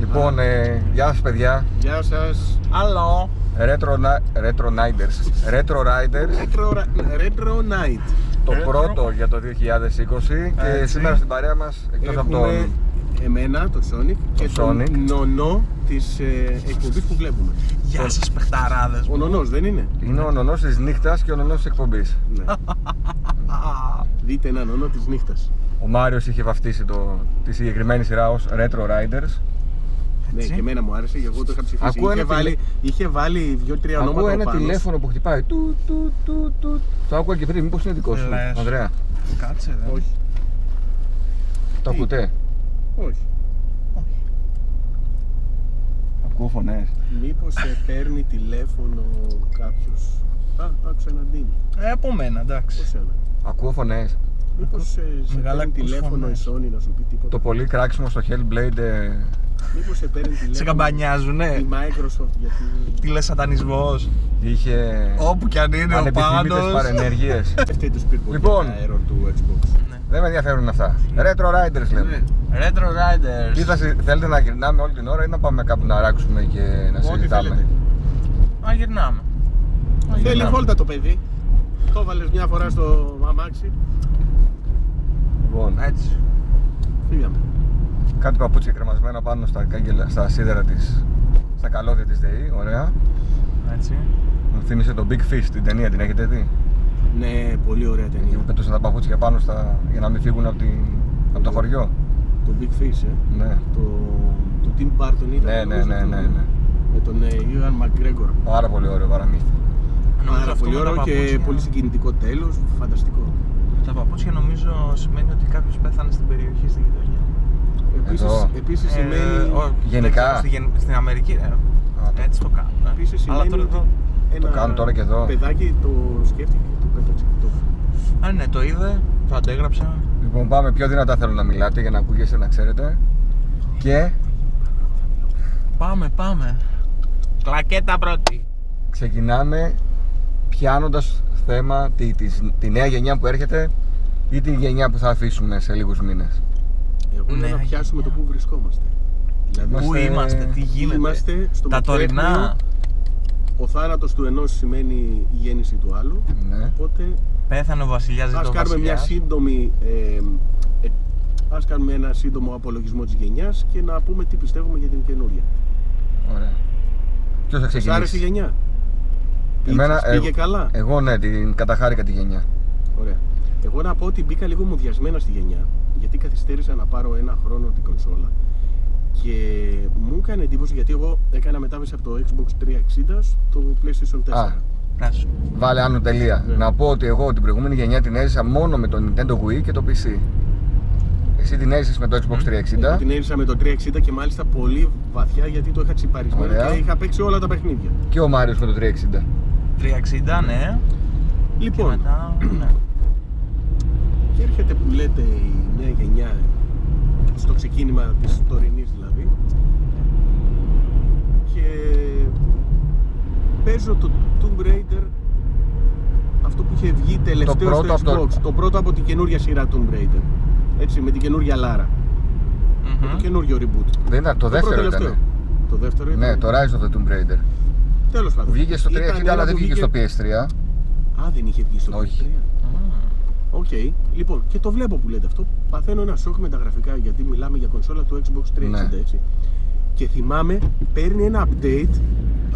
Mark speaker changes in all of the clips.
Speaker 1: Λοιπόν, ε, γεια σας παιδιά.
Speaker 2: Γεια σας.
Speaker 3: Άλλο.
Speaker 1: Retro, Ni- Retro Riders. Retro Riders.
Speaker 2: Retro, Retro Night.
Speaker 1: Το
Speaker 3: Retro.
Speaker 1: πρώτο για το 2020. Και
Speaker 2: Έτσι.
Speaker 1: σήμερα στην παρέα μας, εκτός από
Speaker 2: Έχουμε
Speaker 1: τον
Speaker 2: εμένα, το Sonic, και
Speaker 1: Sonic.
Speaker 2: τον νονό της ε, εκπομπής που βλέπουμε.
Speaker 3: Γεια σας παιχταράδες
Speaker 2: Ο
Speaker 3: μου.
Speaker 2: νονός δεν είναι.
Speaker 1: Είναι ο νονός της νύχτας και ο νονός της εκπομπής.
Speaker 2: Ναι. Δείτε ένα νονό της νύχτας.
Speaker 1: Ο Μάριος είχε βαφτίσει το, τη συγκεκριμένη σειρά ως Retro Riders.
Speaker 2: Ναι, και εμένα μου άρεσε και εγώ το είχα ψηφίσει.
Speaker 1: Ακούω
Speaker 2: είχε,
Speaker 1: ένα
Speaker 2: βάλει, είχε βάλει δύο-τρία
Speaker 1: Ακούω
Speaker 2: ονόματα
Speaker 1: ένα
Speaker 2: πάνω.
Speaker 1: τηλέφωνο που χτυπάει. Του, του, του, του. Το άκουγα και πριν, μήπως είναι δικό σου,
Speaker 3: Λες.
Speaker 1: Ανδρέα.
Speaker 3: Κάτσε δεν.
Speaker 2: Όχι,
Speaker 1: Το
Speaker 2: Τι.
Speaker 1: ακούτε.
Speaker 2: όχι.
Speaker 1: Ακούω φωνές.
Speaker 2: Μήπως ε, παίρνει τηλέφωνο κάποιος... Α, άκουσα έναν τίνο.
Speaker 3: Ε, από μένα, εντάξει.
Speaker 2: Πώς ένα.
Speaker 1: Ακούω φωνές.
Speaker 2: Μήπως ε, σε
Speaker 3: Μεγάλα
Speaker 2: παίρνει
Speaker 3: ακούς
Speaker 2: τηλέφωνο η
Speaker 3: φωνές.
Speaker 2: Sony να σου πει τίποτα.
Speaker 1: Το πολύ κράξιμο στο Hellblade ε,
Speaker 2: Μήπως σε παίρνει τηλέφωνο...
Speaker 3: Σε καμπανιάζουνε.
Speaker 2: Η Microsoft γιατί...
Speaker 3: Τι λες σατανισμός.
Speaker 1: είχε
Speaker 3: Όπου κι αν είναι ο
Speaker 1: ανεπιθύμητες
Speaker 3: Πάνος.
Speaker 2: ναι.
Speaker 1: παρενέργειες.
Speaker 2: Αυτή του Spielberg
Speaker 1: Λοιπόν.
Speaker 2: λοιπόν. αέρον του Xbox.
Speaker 1: Δεν με ενδιαφέρουν αυτά.
Speaker 2: Ναι.
Speaker 1: Retro Riders λέμε.
Speaker 3: Retro
Speaker 1: Τι
Speaker 3: Riders.
Speaker 1: θα συ- θέλετε να γυρνάμε όλη την ώρα ή να πάμε κάπου να ράξουμε και να
Speaker 2: Ό,τι
Speaker 1: συζητάμε.
Speaker 2: θέλετε.
Speaker 3: Α, γυρνάμε.
Speaker 1: Να
Speaker 2: Θέλει
Speaker 1: γυρνάμε.
Speaker 2: βόλτα το παιδί. Το βάλες μια φορά στο αμάξι. Ναι.
Speaker 1: Λοιπόν,
Speaker 3: Έτσι.
Speaker 2: Φύγαμε.
Speaker 1: κάτι παπούτσια κρεμασμένα πάνω στα, κάγκελα, στα σίδερα της, στα καλώδια της ΔΕΗ, ωραία.
Speaker 3: Έτσι.
Speaker 1: Μου θύμισε το Big Fish την ταινία, την έχετε δει.
Speaker 2: Ναι, πολύ ωραία
Speaker 1: Εκεί που
Speaker 2: ταινία.
Speaker 1: πετούσαν τα παπούτσια πάνω στα, για να μην φύγουν από, την, από
Speaker 2: Ναι.
Speaker 1: το χωριό.
Speaker 2: Το Big Fish, ε.
Speaker 1: Ναι,
Speaker 2: Το, το Tim Burton ήταν.
Speaker 1: ναι, ναι,
Speaker 2: νομίζω,
Speaker 1: ναι,
Speaker 2: το-
Speaker 1: ναι, ναι.
Speaker 2: Με τον ε, Ewan McGregor.
Speaker 1: Πάρα πολύ ωραίο παραμύθι.
Speaker 2: Πάρα πολύ ωραίο και πολύ
Speaker 3: συγκεκριμένο.
Speaker 2: συγκινητικό τέλος. Φανταστικό.
Speaker 3: Τα παπούτσια νομίζω σημαίνει ότι κάποιος πέθανε στην περιοχή στην γειτονιά.
Speaker 2: Επίσης,
Speaker 1: Εδώ.
Speaker 2: επίσης
Speaker 3: Ε,
Speaker 2: σημαίνει,
Speaker 3: ο- δεν
Speaker 1: Γενικά.
Speaker 3: ξέρω, στη γεν- στην Αμερική, ρε.
Speaker 1: Α, το-
Speaker 3: Έτσι το κάνουν. ε.
Speaker 2: επίσης
Speaker 3: Αλλά
Speaker 2: σημαίνει
Speaker 3: τώρα
Speaker 2: ότι
Speaker 3: το.
Speaker 2: ένα
Speaker 1: κάνουν τώρα και εδώ.
Speaker 2: παιδάκι το σκέφτηκε και το πέταξε. και Το...
Speaker 3: Α, ναι, το είδε, το αντέγραψα.
Speaker 1: Λοιπόν, πάμε πιο δυνατά θέλω να μιλάτε για να ακούγεστε να ξέρετε. Και
Speaker 3: Πάμε, πάμε. Κλακέτα πρώτη.
Speaker 1: ξεκινάμε πιάνοντας θέμα τη, της- τη νέα γενιά που έρχεται ή τη γενιά που θα αφήσουμε σε λίγους μήνες.
Speaker 2: Εγώ λέω
Speaker 3: Ναι,
Speaker 2: να πιάσουμε
Speaker 3: γενιά.
Speaker 2: το πού βρισκόμαστε. Δηλαδή,
Speaker 3: Πού
Speaker 1: Είμαστε-
Speaker 3: είμαστε, τι γίνεται.
Speaker 2: Είμαστε στο
Speaker 3: Τα
Speaker 2: Μητρέχνιο.
Speaker 3: τωρινά
Speaker 2: Ο θάνατος του ενός σημαίνει η γέννηση του άλλου.
Speaker 1: Ναι.
Speaker 2: Οπότε
Speaker 3: πέθανε ο βασιλιάς δεν
Speaker 2: ας
Speaker 3: το
Speaker 2: κάνουμε μια
Speaker 3: βασιλιάς.
Speaker 2: σύντομη. Ε, ε, ας κάνουμε ένα σύντομο απολογισμό της γενιάς και να πούμε τι πιστεύουμε για την καινούρια.
Speaker 1: Ωραία. Ποιος θα
Speaker 2: Σας άρεσε η
Speaker 1: ξεκινήσει.
Speaker 2: γενιά.
Speaker 1: Εμένα,
Speaker 2: Σας πήγε
Speaker 1: ε,
Speaker 2: καλά.
Speaker 1: Εγώ ναι, την καταχάρηκα τη γενιά.
Speaker 2: Ωραία. Εγώ να πω ότι μπήκα λίγο μουδιασμένα στη γενιά, γιατί καθυστέρησα να πάρω ένα χρόνο την κονσόλα. Και μου έκανε εντύπωση γιατί εγώ έκανα μετάβαση από το Xbox 360 στο PlayStation 4.
Speaker 1: Α.
Speaker 3: Πράσινο.
Speaker 1: Βάλε άνω τελεία.
Speaker 2: Ναι.
Speaker 1: Να πω ότι εγώ την προηγούμενη γενιά την έζησα μόνο με το Nintendo Wii και το PC. Εσύ την έζησες με το Xbox 360.
Speaker 2: Εγώ Ναι. την έρισα με το 360 και μάλιστα πολύ βαθιά γιατί το είχα τσιπαρισμένο
Speaker 1: Ωραία.
Speaker 2: και είχα παίξει όλα τα παιχνίδια.
Speaker 1: Και ο Μάριος με το 360.
Speaker 3: 360, ναι. Και
Speaker 2: Λοιπόν,
Speaker 3: μετά, ναι.
Speaker 2: και έρχεται που λέτε η νέα γενιά στο ξεκίνημα της τωρινής δηλαδή και παίζω το Tomb Raider αυτό που είχε βγει τελευταίος
Speaker 1: πρώτο από
Speaker 2: στο Xbox
Speaker 1: το-
Speaker 2: το... πρώτο από την καινούργια σειρά Tomb Raider έτσι με την καινούργια Λάρα
Speaker 3: Μμμ.
Speaker 2: το καινούργιο reboot
Speaker 1: Δεν ήταν, το, δεύτερο
Speaker 2: τελευταίο.
Speaker 1: ήταν.
Speaker 2: το δεύτερο ήταν
Speaker 1: Ναι, το Rise of the Tomb Raider.
Speaker 2: τέλος πάντων
Speaker 1: Βγήκε στο
Speaker 2: Ήταν
Speaker 1: 360
Speaker 2: ένα
Speaker 1: αλλά δεν
Speaker 2: που
Speaker 1: βγήκε στο PS3.
Speaker 2: α δεν είχε βγει στο
Speaker 1: Όχι.
Speaker 2: PS3
Speaker 3: Μμμ.
Speaker 2: Οκ, λοιπόν, και το βλέπω που λέτε αυτό. Παθαίνω ένα σοκ με τα γραφικά γιατί μιλάμε για κονσόλα του Xbox 360.
Speaker 1: Ναι.
Speaker 2: έτσι. Και θυμάμαι, παίρνει ένα update.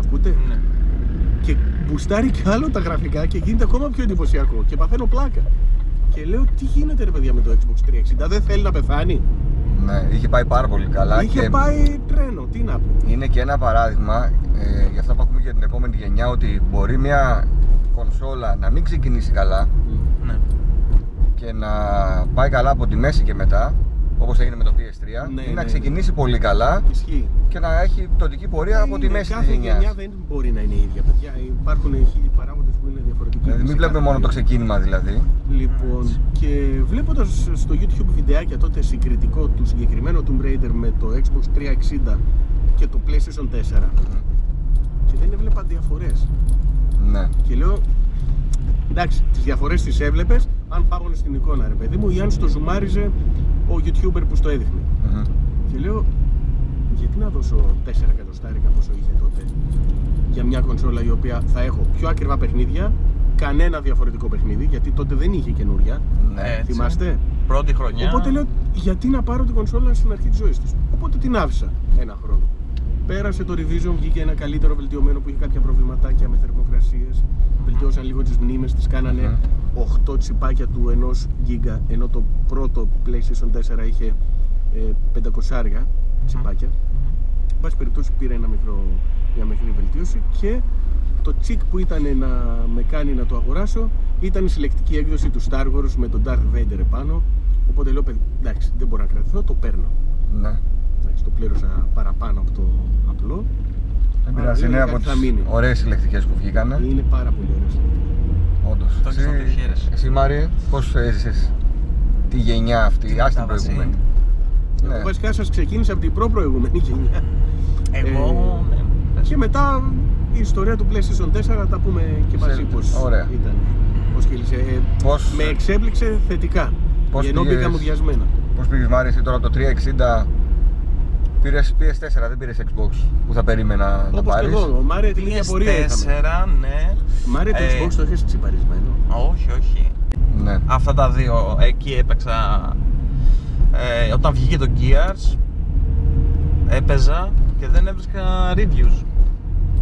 Speaker 2: Ακούτε,
Speaker 3: Ναι.
Speaker 2: και μπουστάρει κι άλλο τα γραφικά και γίνεται ακόμα πιο εντυπωσιακό. Και παθαίνω πλάκα. Και λέω, τι γίνεται ρε παιδιά με το Xbox 360, δεν θέλει να πεθάνει.
Speaker 1: Ναι, είχε πάει πάρα πολύ καλά.
Speaker 2: Είχε
Speaker 1: και...
Speaker 2: πάει τρένο, τι να πω.
Speaker 1: είναι και ένα παράδειγμα ε, για αυτά που ακούμε για την επόμενη γενιά ότι μπορεί μια κονσόλα να μην ξεκινήσει καλά
Speaker 3: Ναι.
Speaker 1: και να πάει καλά από τη μέση και μετά όπως έγινε με το PS3
Speaker 2: Ναι,
Speaker 1: ή να
Speaker 2: ναι,
Speaker 1: ξεκινήσει πολύ καλά
Speaker 2: Ισχύει.
Speaker 1: και να έχει πτωτική πορεία από τη
Speaker 2: Είναι
Speaker 1: μέση της
Speaker 2: Κάθε
Speaker 1: γενιάς.
Speaker 2: γενιά δεν μπορεί να είναι η ίδια, παιδιά. Υπάρχουν χίλιοι παράγοντες που είναι διαφορετικοί.
Speaker 1: Δηλαδή μην
Speaker 2: σε
Speaker 1: βλέπουμε
Speaker 2: κάθε
Speaker 1: μόνο το
Speaker 2: περίπτωση.
Speaker 1: ξεκίνημα δηλαδή.
Speaker 2: Λοιπόν, και βλέποντας στο YouTube βιντεάκια τότε συγκριτικό του συγκεκριμένου Tomb Raider με το Xbox 360 και το PlayStation 4, και δεν έβλεπα διαφορές.
Speaker 1: Ναι.
Speaker 2: Και λέω, εντάξει, τις διαφορές τις έβλεπες αν πάγωνε στην εικόνα, ρε παιδί μου, ή αν στο ζουμάριζε ο YouTuber που στο έδειχνε.
Speaker 1: Μμμ.
Speaker 2: Και λέω, γιατί να δώσω 4 εκατοστάρικα πόσο είχε τότε για μια κονσόλα η οποία θα έχω πιο ακριβά παιχνίδια, κανένα διαφορετικό παιχνίδι, γιατί τότε δεν είχε καινούρια. Ε.
Speaker 1: Ναι.
Speaker 3: Έτσι.
Speaker 2: Θυμάστε.
Speaker 3: Πρώτη χρονιά.
Speaker 2: Οπότε λέω, γιατί να πάρω την κονσόλα στην αρχή της ζωής της. Οπότε την άφησα ένα χρόνο. Πέρασε το revision, βγήκε ένα καλύτερο βελτιωμένο που είχε κάποια προβληματάκια με θερμοκρασίες. Βελτιώσαν λίγο τις μνήμες, τις κάνανε 8 τσιπάκια του 1 γίγκα, ενώ το πρώτο PlayStation 4 είχε ε, 500 τσιπάκια.
Speaker 3: Μμμ.
Speaker 2: Εν πάση περιπτώσει πήρα ένα μικρό, μια μικρή βελτίωση και το τσικ που ήταν να με κάνει να το αγοράσω ήταν η συλλεκτική έκδοση του Star Wars με τον Darth Vader επάνω. Οπότε λέω, «Παιδι, εντάξει, δεν μπορώ να κρατηθώ, το παίρνω.
Speaker 1: ναι.
Speaker 2: Εντάξει, το πλήρωσα παραπάνω από το απλό.
Speaker 1: Δεν πειράζει,
Speaker 2: λέω,
Speaker 1: είναι
Speaker 2: κάτι
Speaker 1: από
Speaker 2: θα
Speaker 1: τις
Speaker 2: μείνει.
Speaker 1: ωραίες συλλεκτικές που βγήκανε.
Speaker 2: Είναι πάρα πολύ ωραίο.
Speaker 1: Όντως.
Speaker 3: Το έχεις δει, χαίρεσαι.
Speaker 1: Εσύ, Μάρι, πώ έζησε τη γενιά αυτή, α την
Speaker 3: μετάβαση.
Speaker 1: προηγούμενη. Ναι.
Speaker 2: Εγώ Βασικά σας ξεκίνησα από την προ-προηγούμενη γενιά.
Speaker 3: Εγώ.
Speaker 2: Ε,
Speaker 3: ναι, πες.
Speaker 2: Και μετά η ιστορία του PlayStation 4 να τα πούμε και μαζί
Speaker 1: Σε-
Speaker 2: πως
Speaker 1: ωραία.
Speaker 2: ήταν. Πώς κύλησε. Ε,
Speaker 1: Πώς-
Speaker 2: Με εξέπληξε θετικά.
Speaker 1: Πώς
Speaker 2: ενώ
Speaker 1: πήγες-
Speaker 2: μπήκα μουδιασμένα.
Speaker 1: Πώς πήγες, Μάρι, εσύ τώρα το 360 πήρε PS4, δεν πήρες Xbox που θα περίμενα να
Speaker 2: Όπως και
Speaker 1: πάρεις.
Speaker 2: εγώ, ο Μάρια την ίδια πορεία είχαμε.
Speaker 3: PS4, ναι.
Speaker 2: Μάρια το
Speaker 3: Ε,
Speaker 2: Xbox το έχεις τσιπαρισμένο.
Speaker 3: Όχι, όχι.
Speaker 1: Ναι.
Speaker 3: Αυτά τα δύο εκεί έπαιξα. Ε, όταν βγήκε το Gears, έπαιζα και δεν έβρισκα reviews.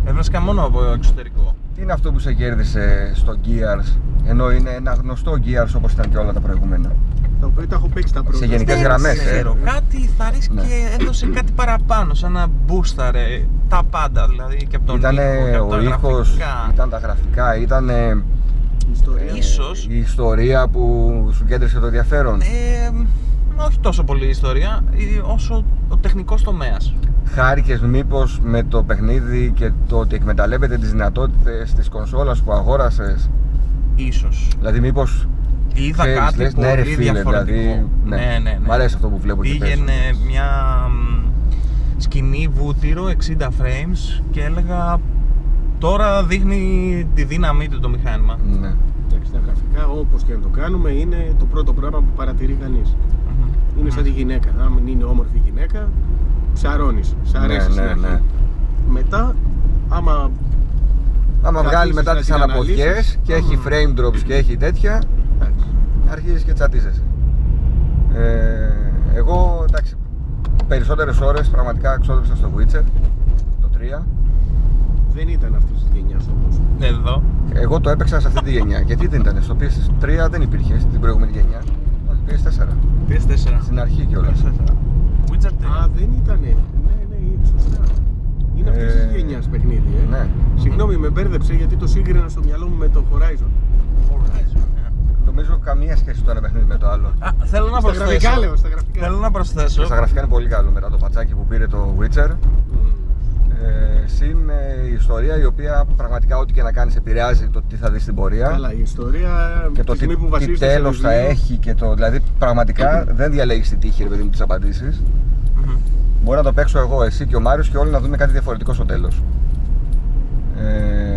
Speaker 3: Έβρισκα μόνο από εξωτερικό.
Speaker 1: Τι είναι αυτό που σε κέρδισε στο Gears, ενώ είναι ένα γνωστό Gears όπως ήταν και όλα τα προηγούμενα.
Speaker 2: Τα οποία τα έχω παίξει τα πρώτα.
Speaker 1: Σε γενικές
Speaker 3: Δεν
Speaker 1: γραμμές, ε.
Speaker 3: Ναι, ξέρω. Κάτι θα
Speaker 1: Ναι.
Speaker 3: και έδωσε κάτι παραπάνω, σαν να μπούσταρε τα πάντα. Δηλαδή και από τον
Speaker 1: Ήταν
Speaker 3: ήχο, και από
Speaker 1: ο
Speaker 3: τα
Speaker 1: ήχος,
Speaker 3: γραφικά.
Speaker 1: ήταν τα γραφικά, ήταν
Speaker 2: Η ιστορία.
Speaker 3: Ίσως.
Speaker 1: η ιστορία που σου κέντρισε το ενδιαφέρον.
Speaker 3: Ε, μα όχι τόσο πολύ η ιστορία, ε, όσο ο τεχνικός τομέας.
Speaker 1: Χάρηκες μήπως με το παιχνίδι και το ότι εκμεταλλεύεται τις δυνατότητες της κονσόλας που αγόρασες
Speaker 3: Ίσως.
Speaker 1: Δηλαδή μήπως
Speaker 3: Είδα
Speaker 1: ξέρεις,
Speaker 3: κάτι
Speaker 1: λες,
Speaker 3: πολύ
Speaker 1: ναι, ρε, φίλε,
Speaker 3: διαφορετικό.
Speaker 1: Δηλαδή, ναι.
Speaker 3: ναι, ναι, ναι.
Speaker 1: Μ' αρέσει αυτό που βλέπω εκεί πέρα.
Speaker 3: Πήγαινε μια μ, σκηνή βούτυρο 60 frames και έλεγα τώρα δείχνει τη δύναμή του το μηχάνημα.
Speaker 1: Ναι.
Speaker 2: Εντάξει, τα γραφικά, όπως και να το κάνουμε, είναι το πρώτο πράγμα που παρατηρεί κανείς.
Speaker 3: Μμμ.
Speaker 2: Είναι σαν τη γυναίκα. Αν είναι όμορφη γυναίκα, ψαρώνεις. Σ' αρέσει
Speaker 1: Ναι,
Speaker 2: στην
Speaker 1: ναι,
Speaker 2: αρχή.
Speaker 1: ναι.
Speaker 2: Μετά, άμα
Speaker 1: Άμα
Speaker 2: Καθίσεις
Speaker 1: βγάλει μετά
Speaker 2: να
Speaker 1: τις
Speaker 2: την
Speaker 1: αναποδιές
Speaker 2: αναλύσεις.
Speaker 1: και έχει
Speaker 3: Μμμ.
Speaker 1: frame drops και έχει τέτοια,
Speaker 2: εντάξει,
Speaker 1: αρχίζεις και τσατίζεσαι. Ε, εγώ, εντάξει, περισσότερες ώρες πραγματικά ξόδεψα στο Witcher, το 3.
Speaker 2: δεν ήταν αυτής της γενιάς όμως.
Speaker 1: Ναι.
Speaker 3: Εδώ.
Speaker 1: Εγώ το έπαιξα σε αυτή τη γενιά. Γιατί δεν ήταν, στο PS3 δεν υπήρχε στην προηγούμενη γενιά. Όχι, PS4.
Speaker 3: PS4.
Speaker 1: Στην αρχή κιόλας.
Speaker 3: Witcher 3.
Speaker 2: Α, δεν ήταν. Ναι, ναι, είναι σωστά. Είναι αυτής
Speaker 1: Ε,
Speaker 2: τη γενιάς παιχνίδι. Ε.
Speaker 1: Ναι.
Speaker 2: Συγγνώμη, με μπέρδεψε γιατί το σύγκρινα στο μυαλό μου με το Horizon.
Speaker 3: Horizon, ναι.
Speaker 1: Νομίζω καμία σχέση το ένα παιχνίδι με το άλλο.
Speaker 3: Α, θέλω να
Speaker 2: Στα γραφικά λέω,
Speaker 3: προσθέσω.
Speaker 2: στα γραφικά.
Speaker 3: Θέλω να προσθέσω.
Speaker 1: Και στα γραφικά είναι πολύ καλό μετά το πατσάκι που πήρε το Witcher.
Speaker 2: Μμμ.
Speaker 1: Ε, συν ε, η ιστορία η οποία πραγματικά ό,τι και να κάνεις επηρεάζει το τι θα δεις στην πορεία.
Speaker 2: Καλά, η ιστορία
Speaker 1: και το
Speaker 2: τη
Speaker 1: τι,
Speaker 2: στιγμή που
Speaker 1: τι
Speaker 2: βασίζεται
Speaker 1: τέλο
Speaker 2: στο
Speaker 1: θα
Speaker 2: βιβλίο,
Speaker 1: έχει και το. Δηλαδή πραγματικά δεν διαλέγεις τη τύχη, ρε παιδί μου, τις απαντήσεις.
Speaker 3: Μμμ.
Speaker 1: Μπορεί να το παίξω εγώ, εσύ και ο Μάριος και όλοι να δούμε κάτι διαφορετικό στο τέλος.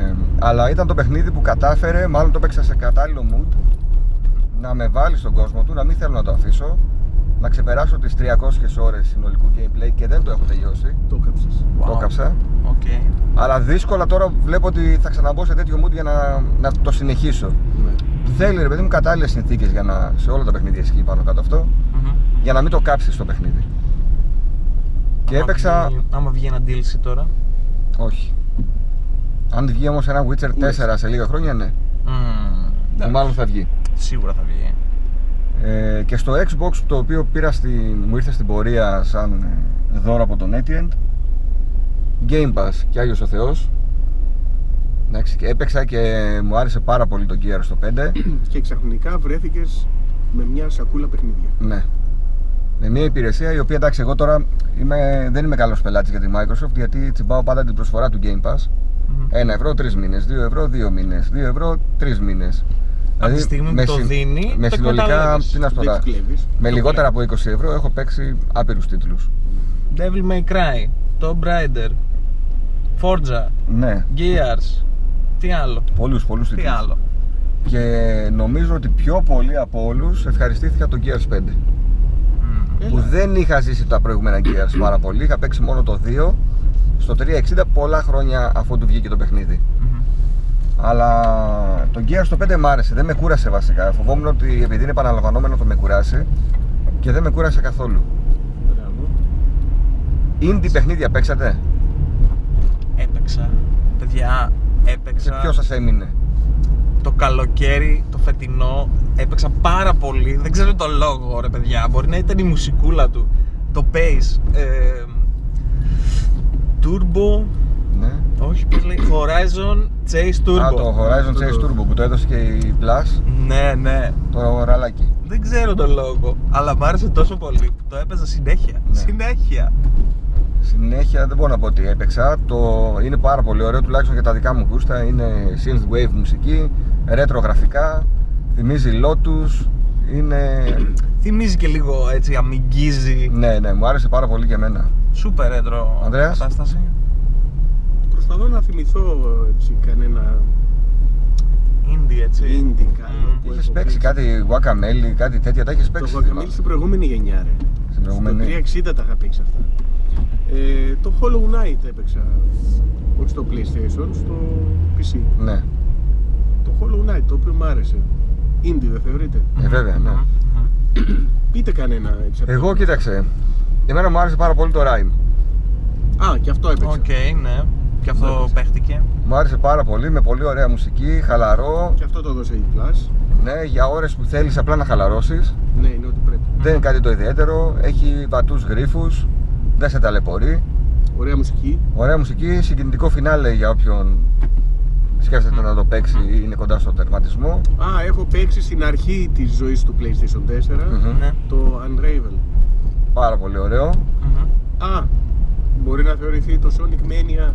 Speaker 1: Ε, αλλά ήταν το παιχνίδι που κατάφερε, μάλλον το παίξα σε κατάλληλο mood, να με βάλει στον κόσμο του, να μην θέλω να το αφήσω, να ξεπεράσω τις 300 ώρες συνολικού gameplay και δεν το έχω τελειώσει.
Speaker 2: Το κάψες.
Speaker 1: Το
Speaker 3: Wow.
Speaker 1: έκαψα.
Speaker 3: Οκ.
Speaker 1: Αλλά δύσκολα τώρα βλέπω ότι θα ξαναμπω σε τέτοιο mood για να, να το συνεχίσω.
Speaker 2: Ναι.
Speaker 1: Θέλει ρε παιδί μου κατάλληλες συνθήκες για να. σε όλα τα παιχνίδια ισχύει πάνω κάτω αυτό,
Speaker 3: Μμμ.
Speaker 1: για να μην το κάψεις το παιχνίδι. Και
Speaker 3: Άμα
Speaker 1: έπαιξα.
Speaker 3: βγει- Άμα βγει ένα DLC τώρα.
Speaker 1: Όχι. Αν βγει όμως ένα Witcher 4 σε λίγα χρόνια, ναι.
Speaker 3: Μμμ.
Speaker 1: Που μάλλον θα βγει.
Speaker 3: Σίγουρα θα βγει.
Speaker 1: Ε, και στο Xbox το οποίο πήρα στην, μου ήρθε στην πορεία σαν ε, δώρο από τον Etienne Game Pass και Άγιος ο Θεός Εντάξει, και έπαιξα και μου άρεσε πάρα πολύ το Gears το 5
Speaker 2: Και ξαφνικά βρέθηκες με μια σακούλα παιχνίδια.
Speaker 1: Ναι με μια υπηρεσία η οποία εντάξει εγώ τώρα είμαι, δεν είμαι καλός πελάτης για τη Microsoft γιατί τσιμπάω πάντα την προσφορά του Game Pass
Speaker 3: Μμμ.
Speaker 1: 1 ευρώ 3 μήνες, 2 ευρώ 2 μήνες, 2 ευρώ 3 μήνες Δηλαδή,
Speaker 3: Από τη στιγμή που το δίνει,
Speaker 1: με
Speaker 3: το
Speaker 1: συνολικά,
Speaker 3: εκμεταλλεύεσαι.
Speaker 1: τι να σου πω
Speaker 2: Δεν
Speaker 1: τώρα,
Speaker 2: τις κλέβεις.
Speaker 1: με λιγότερα από 20 ευρώ έχω παίξει άπειρους τίτλους.
Speaker 3: Devil May Cry, Tomb Raider, Forza,
Speaker 1: Ναι,
Speaker 3: Gears, τι άλλο,
Speaker 1: πολλούς, πολλούς
Speaker 3: τι
Speaker 1: τίτλους.
Speaker 3: άλλο.
Speaker 1: Και νομίζω ότι πιο πολύ από όλους ευχαριστήθηκα το Gears 5.
Speaker 3: Μμμ.
Speaker 2: Έλα,
Speaker 1: που
Speaker 2: ε,
Speaker 1: Δεν είχα ζήσει τα προηγούμενα Gears πάρα πολύ. Είχα παίξει μόνο το 2 στο 360 πολλά χρόνια αφού του βγήκε το παιχνίδι.
Speaker 3: Μμμ.
Speaker 1: Αλλά το Gears το 5 μ' άρεσε, δεν με κούρασε βασικά. Φοβόμουν ότι επειδή είναι επαναλαμβανόμενο θα με κουράσει και δεν με κούρασε καθόλου.
Speaker 2: Μπράβο.
Speaker 1: Indie παιχνίδια παίξατε,
Speaker 3: Έπαιξα. Παιδιά,
Speaker 1: σε
Speaker 3: έπαιξα.
Speaker 1: ποιο σας έμεινε.
Speaker 3: Το καλοκαίρι, το φετινό, έπαιξα πάρα πολύ. Δεν ξέρω τον λόγο, ρε παιδιά. Μπορεί να ήταν η μουσικούλα του. Το pace. Ε, Turbo.
Speaker 1: Ναι.
Speaker 3: Όχι, πώς λέει. Horizon Chase Turbo.
Speaker 1: Α, το Horizon
Speaker 2: Το
Speaker 1: Chase
Speaker 2: Turbo.
Speaker 1: Turbo που το έδωσε και η Plus,
Speaker 3: Ναι, ναι.
Speaker 1: το ραλάκι.
Speaker 3: Δεν ξέρω τον λόγο. Αλλά μ' άρεσε τόσο πολύ που το έπαιζα συνέχεια.
Speaker 1: Ναι.
Speaker 3: Συνέχεια.
Speaker 1: Συνέχεια δεν μπορώ να πω ότι έπαιξα. Το... Είναι πάρα πολύ ωραίο, τουλάχιστον για τα δικά μου γούστα. Είναι synthwave μουσική, retro γραφικά, θυμίζει Lotus. Είναι...
Speaker 3: Θυμίζει και λίγο έτσι, αμυγγίζει.
Speaker 1: ναι, ναι, μου άρεσε πάρα πολύ και εμένα.
Speaker 3: Σούπερ έντρο
Speaker 1: Ανδρέας.
Speaker 3: κατάσταση.
Speaker 2: Προσπαθώ να θυμηθώ έτσι, κανένα
Speaker 3: Ίνδι, έτσι.
Speaker 2: indie καλό.
Speaker 3: Μμμ.
Speaker 2: που
Speaker 1: Είχες
Speaker 2: έχω
Speaker 1: παίξει κάτι guacameli, κάτι τέτοια, τα είχε
Speaker 2: Το
Speaker 1: παίξει.
Speaker 2: Guacamole στην προηγούμενη γενιά, ρε.
Speaker 1: Στην
Speaker 2: Το
Speaker 1: προηγούμενη.
Speaker 2: 360 τα είχα παίξει αυτά. Ε, το Hollow Knight έπαιξα. Όχι στο PlayStation, στο PC.
Speaker 1: Ναι,
Speaker 2: Το Hollow Knight, το οποίο μου άρεσε. Indie δεν θεωρείτε.
Speaker 1: ε, βέβαια, ναι.
Speaker 3: Μμμ, μμμ.
Speaker 2: Πείτε κανένα έτσι. από
Speaker 1: Εγώ
Speaker 2: τα-
Speaker 1: κοίταξε. Εμένα μου άρεσε πάρα πολύ το Rhyme.
Speaker 2: Α, και αυτό έπαιξα.
Speaker 3: Οκ, ναι. Και αυτό
Speaker 2: Έπαιξε.
Speaker 3: παίχτηκε.
Speaker 1: Μου άρεσε πάρα πολύ, με πολύ ωραία μουσική, χαλαρό.
Speaker 2: Και αυτό το έδωσε η Plus.
Speaker 1: Ναι, για ώρες που θέλεις απλά να χαλαρώσεις.
Speaker 2: Ναι, είναι ό,τι πρέπει.
Speaker 1: Δεν είναι κάτι το ιδιαίτερο. Έχει βατούς γρίφους, δεν σε ταλαιπωρεί.
Speaker 2: Ωραία μουσική.
Speaker 1: Ωραία μουσική, συγκινητικό φινάλε για όποιον σκέφτεται να το παίξει ή είναι κοντά στο τερματισμό.
Speaker 2: Α, έχω παίξει στην αρχή της ζωής του PlayStation 4
Speaker 1: Μμμ.
Speaker 3: Ναι.
Speaker 2: το Unravel.
Speaker 1: Πάρα πολύ ωραίο.
Speaker 3: Μμμ.
Speaker 2: Α, μπορεί να θεωρηθεί το Sonic Mania.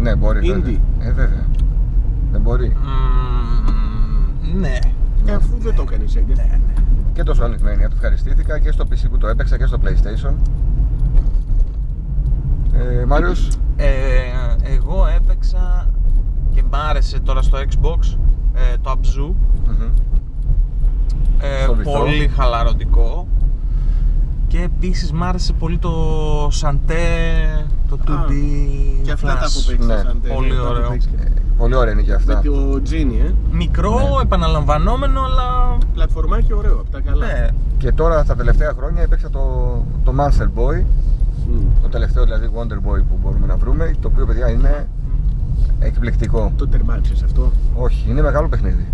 Speaker 1: Ναι, μπορεί.
Speaker 2: Indie.
Speaker 1: βέβαια. Ε, βέβαια. Δεν μπορεί.
Speaker 3: Μμμ, Ναι.
Speaker 2: Ε, αφού δεν το έκανε η Sega.
Speaker 3: Ναι, ναι.
Speaker 1: Και το Sonic Mania του ευχαριστήθηκα και στο PC που το έπαιξα και στο PlayStation. Ε, Μάριος,
Speaker 3: Ε, εγώ έπαιξα και μ' άρεσε τώρα στο Xbox ε, το Abzu.
Speaker 1: μμμ.
Speaker 3: Ε,
Speaker 1: Στο βυθό.
Speaker 3: πολύ χαλαρωτικό. Και επίσης μ' άρεσε πολύ το Σαντέ, το 2D.
Speaker 2: Και αυτά τα
Speaker 3: Flash.
Speaker 2: έχω παίξει.
Speaker 1: Ναι,
Speaker 2: σαν τέτοια,
Speaker 3: πολύ
Speaker 2: τα έχω
Speaker 3: ωραίο.
Speaker 2: παίξει και-
Speaker 1: πολύ ωραία είναι και αυτά.
Speaker 2: Με το Genie, ε.
Speaker 3: Μικρό,
Speaker 1: Ναι.
Speaker 3: επαναλαμβανόμενο, αλλά.
Speaker 2: Πλατφορμάκι ωραίο, από τα καλά.
Speaker 3: Ναι.
Speaker 1: Και τώρα τα τελευταία χρόνια έπαιξα το, το Monster Boy,
Speaker 2: Μμ.
Speaker 1: το τελευταίο δηλαδή Wonder Boy που μπορούμε να βρούμε, το οποίο παιδιά είναι εκπληκτικό.
Speaker 2: Το τερμάτισες αυτό.
Speaker 1: Όχι, είναι μεγάλο παιχνίδι.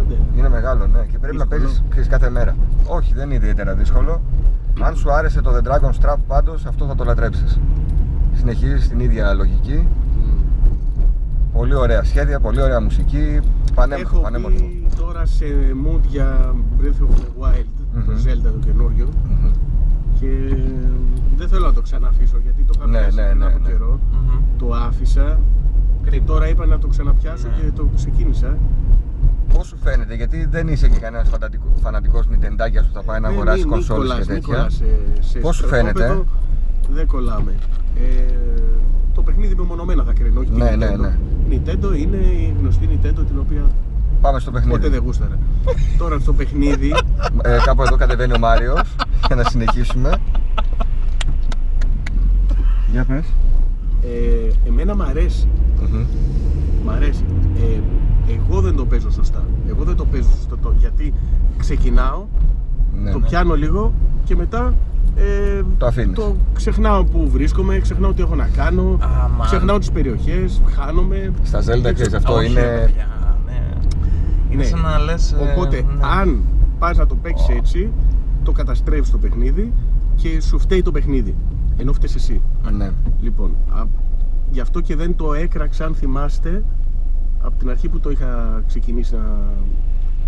Speaker 2: Άντε.
Speaker 1: Είναι μεγάλο, ναι. Και πρέπει
Speaker 2: Δύσκολο.
Speaker 1: να παίζεις ξέρεις, κάθε μέρα. Όχι, δεν είναι ιδιαίτερα δύσκολο. Αν σου άρεσε το The Dragon Strap, πάντως αυτό θα το λατρέψεις. Συνεχίζει την ίδια λογική.
Speaker 2: Μμ.
Speaker 1: Πολύ ωραία σχέδια, πολύ ωραία μουσική. Πανέμορφο,
Speaker 2: Έχω
Speaker 1: πανέμορφο.
Speaker 2: πει τώρα σε mood για Breath of the Wild, το
Speaker 1: Μμμ.
Speaker 2: Zelda το καινούριο.
Speaker 1: Μμμ.
Speaker 2: Και ε, δεν θέλω να το ξαναφήσω γιατί το είχα
Speaker 1: Ναι,
Speaker 2: πιάσει
Speaker 1: ναι,
Speaker 2: πριν
Speaker 1: ναι,
Speaker 2: από
Speaker 1: ναι.
Speaker 2: καιρό.
Speaker 3: Μμμ.
Speaker 2: Το άφησα.
Speaker 3: Κρίμα.
Speaker 2: Τώρα είπα να το ξαναπιάσω
Speaker 3: Ναι.
Speaker 2: και το ξεκίνησα.
Speaker 1: Πώς σου φαίνεται, γιατί δεν είσαι και κανένας φανατικό Nintendάκια που θα πάει να
Speaker 2: Ναι, ε.
Speaker 1: αγοράσει
Speaker 2: μην- μην
Speaker 1: κονσόλες και
Speaker 2: κολλάς, μην
Speaker 1: τέτοια.
Speaker 2: κολλάς σε- σε
Speaker 1: Πώς σου
Speaker 2: στρατόπεδο.
Speaker 1: φαίνεται,
Speaker 2: Δεν κολλάμε. Ε, το παιχνίδι μεμονωμένα θα κρίνω, όχι
Speaker 1: Ναι,
Speaker 2: την
Speaker 1: ναι,
Speaker 2: Nintendo.
Speaker 1: ναι.
Speaker 2: Η Nintendo είναι η γνωστή Nintendo την οποία
Speaker 1: Πάμε στο
Speaker 2: ποτέ
Speaker 1: παιχνίδι.
Speaker 2: δεν γούσταρα. Τώρα στο παιχνίδι,
Speaker 1: Ε, κάπου εδώ κατεβαίνει ο Μάριος για να συνεχίσουμε. Για πες.
Speaker 2: ε, εμένα μ' αρέσει. Μ' αρέσει. Ε, εγώ δεν το παίζω σωστά. Εγώ δεν το παίζω σωστά το, γιατί ξεκινάω,
Speaker 1: Ναι,
Speaker 2: το
Speaker 1: ναι.
Speaker 2: πιάνω λίγο και μετά ε,
Speaker 1: Το αφήνεις.
Speaker 2: το ξεχνάω που βρίσκομαι, ξεχνάω τι έχω να κάνω,
Speaker 3: Αμάν.
Speaker 2: ξεχνάω τις περιοχές, χάνομαι.
Speaker 1: Στα Zelda
Speaker 2: Δεν
Speaker 1: ξέρει
Speaker 2: ξέρω.
Speaker 1: αυτό
Speaker 3: Όχι, ρε
Speaker 1: είναι.
Speaker 3: παιδιά, ναι. Είναι
Speaker 2: Ναι.
Speaker 3: σαν να λες... ε,
Speaker 2: Οπότε,
Speaker 3: ναι.
Speaker 2: αν πας να το παίξεις έτσι, το καταστρέφεις το παιχνίδι και σου φταίει το παιχνίδι. Ενώ φταίς εσύ.
Speaker 1: Ναι.
Speaker 2: Λοιπόν, α, γι' αυτό και δεν το έκραξα, αν θυμάστε, από την αρχή που το είχα ξεκινήσει να...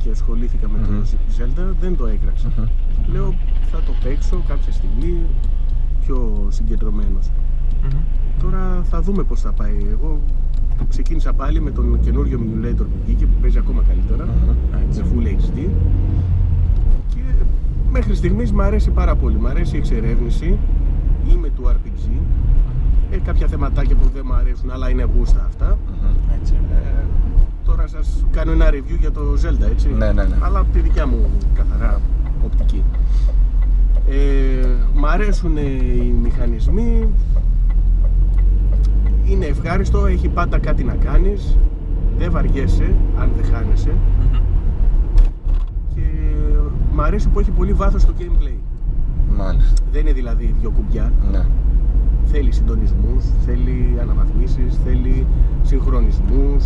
Speaker 2: και ασχολήθηκα με
Speaker 1: Μμμ.
Speaker 2: το Zelda, δεν το έκραξα.
Speaker 1: Μμμ.
Speaker 2: Λέω, θα το παίξω κάποια στιγμή πιο συγκεντρωμένος.
Speaker 3: Μμμ.
Speaker 2: Τώρα θα δούμε πώς θα πάει. Εγώ ξεκίνησα πάλι με τον καινούριο emulator που βγήκε, που παίζει ακόμα καλύτερα,
Speaker 3: Έτσι.
Speaker 2: σε Full HD. Και μέχρι στιγμής μου αρέσει πάρα πολύ. Μ' αρέσει η εξερεύνηση. Είμαι του RPG. Ε, κάποια θεματάκια που δεν μου αρέσουν, αλλά είναι γούστα αυτά.
Speaker 3: Έτσι.
Speaker 2: Ε, τώρα σας κάνω ένα review για το Zelda, έτσι.
Speaker 1: Ναι, ναι, ναι.
Speaker 2: Αλλά από τη δικιά μου καθαρά οπτική. Ε, μ' αρέσουν οι μηχανισμοί. Είναι ευχάριστο, έχει πάντα κάτι να κάνεις. Δεν βαριέσαι, αν δεν χάνεσαι. Και μ' αρέσει που έχει πολύ βάθος το gameplay.
Speaker 1: Μάλιστα.
Speaker 2: Δεν είναι δηλαδή δύο κουμπιά.
Speaker 1: Ναι.
Speaker 2: Θέλει συντονισμούς, θέλει αναβαθμίσεις, θέλει συγχρονισμούς.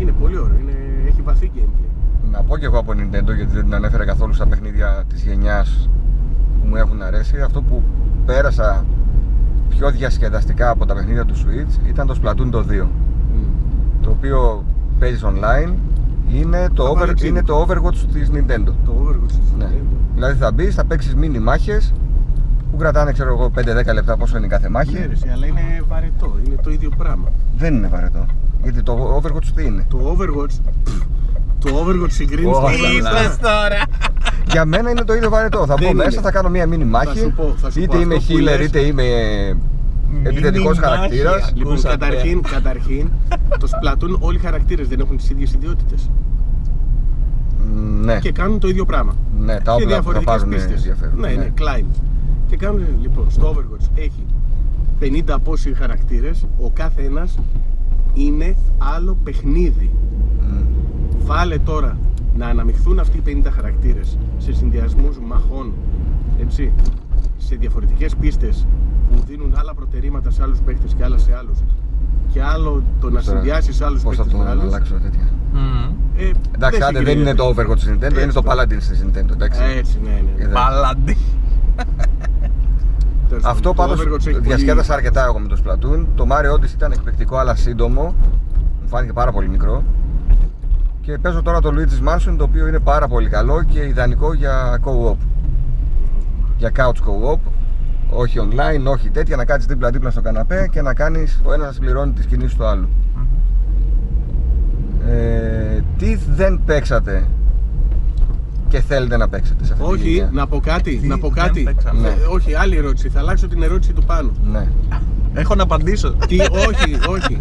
Speaker 2: Είναι πολύ ωραίο, είναι, έχει βαθύ gameplay.
Speaker 1: Να πω και εγώ από Nintendo γιατί δεν την ανέφερα καθόλου στα παιχνίδια της γενιάς που μου έχουν αρέσει. Αυτό που πέρασα πιο διασκεδαστικά από τα παιχνίδια του Switch ήταν το Splatoon το 2 το οποίο παίζεις online είναι το,
Speaker 2: βάλει
Speaker 1: over,
Speaker 2: ξύδι.
Speaker 1: είναι το Overwatch της Nintendo.
Speaker 2: Το Overwatch της
Speaker 1: Ναι.
Speaker 2: Nintendo.
Speaker 1: Δηλαδή θα μπεις, θα παίξεις μίνι μάχες που κρατάνε ξέρω εγώ 5-10 λεπτά πόσο είναι κάθε μάχη.
Speaker 2: Ναι, ρε, εσύ, αλλά είναι βαρετό, είναι το ίδιο πράγμα.
Speaker 1: Δεν είναι βαρετό. Γιατί το Overwatch τι είναι.
Speaker 2: Το Overwatch. Το Overwatch
Speaker 1: Ω,
Speaker 2: συγκρίνει.
Speaker 1: Τι είπες
Speaker 3: τώρα!
Speaker 1: Για μένα είναι το ίδιο βαρετό. Θα
Speaker 2: Δεν
Speaker 1: μπω
Speaker 2: είναι.
Speaker 1: μέσα, θα κάνω μία μίνι μάχη.
Speaker 2: σου πω- θα σου
Speaker 1: είτε
Speaker 2: πω
Speaker 1: είμαι
Speaker 2: αυτό που
Speaker 1: healer,
Speaker 2: λες.
Speaker 1: είτε είμαι επιθετικός
Speaker 3: μάχη.
Speaker 1: χαρακτήρας.
Speaker 2: Λοιπόν,
Speaker 3: Ακούσατε.
Speaker 2: καταρχήν, καταρχήν, το Splatoon όλοι οι χαρακτήρες δεν έχουν τις ίδιες ιδιότητες.
Speaker 1: Ναι,
Speaker 2: Και κάνουν το ίδιο πράγμα.
Speaker 1: ναι, τα
Speaker 2: και
Speaker 1: όπλα που θα
Speaker 2: διαφορετικέ
Speaker 1: πάρουν
Speaker 2: πίστες.
Speaker 1: ενδιαφέρον.
Speaker 2: Ναι, ναι, climb. Και κάνουν λοιπόν στο Overwatch έχει 50 πόσοι χαρακτήρες, ο κάθε ένας είναι άλλο παιχνίδι.
Speaker 1: Μμ.
Speaker 2: Βάλε τώρα να αναμειχθούν αυτοί οι 50 χαρακτήρες σε συνδυασμούς μαχών, έτσι, σε διαφορετικές πίστες που δίνουν άλλα προτερήματα σε άλλους παίχτες και άλλα σε άλλους και άλλο το να
Speaker 1: Ξέρω
Speaker 2: συνδυάσει άλλους
Speaker 1: Πώς θα
Speaker 2: παίχτες
Speaker 1: το
Speaker 2: με άλλους.
Speaker 1: αλλάξω τέτοια.
Speaker 2: Ε,
Speaker 1: Εντάξει, άντε δεν είναι
Speaker 2: συγκρίνεται.
Speaker 1: το Overwatch της Nintendo,
Speaker 2: Έτσι
Speaker 1: είναι το
Speaker 2: το-
Speaker 1: Paladins της Nintendo. Εντάξει.
Speaker 2: Έτσι, ναι, ναι. ναι.
Speaker 1: Ε,
Speaker 3: Παλαντί.
Speaker 2: Τέλος
Speaker 1: Αυτό
Speaker 2: πάντων, το
Speaker 1: πάντως
Speaker 2: Overwatch έχει πολύ-
Speaker 1: διασκέδασα αρκετά εγώ με το Splatoon. Το Mario Odyssey ήταν εκπληκτικό αλλά σύντομο. Μου φάνηκε πάρα πολύ μικρό. Και παίζω τώρα το Luigi's Mansion το οποίο είναι πάρα πολύ καλό και ιδανικό για co-op. Για couch co-op. Όχι online, όχι τέτοια. Να κάτσεις δίπλα-δίπλα στο καναπέ και να κάνεις ο ένας να συμπληρώνει τις κινήσεις του άλλου. Ε, τι δεν παίξατε και θέλετε να παίξετε σε αυτή τη
Speaker 2: Όχι,
Speaker 1: γενιά.
Speaker 2: να πω κάτι,
Speaker 3: Τι,
Speaker 2: να πω
Speaker 3: δεν
Speaker 2: κάτι.
Speaker 3: παίξαμε.
Speaker 2: Ε, όχι, άλλη ερώτηση. Θα αλλάξω την ερώτηση του πάνω.
Speaker 1: Ναι.
Speaker 3: Έχω να απαντήσω.
Speaker 2: Τι, όχι, όχι.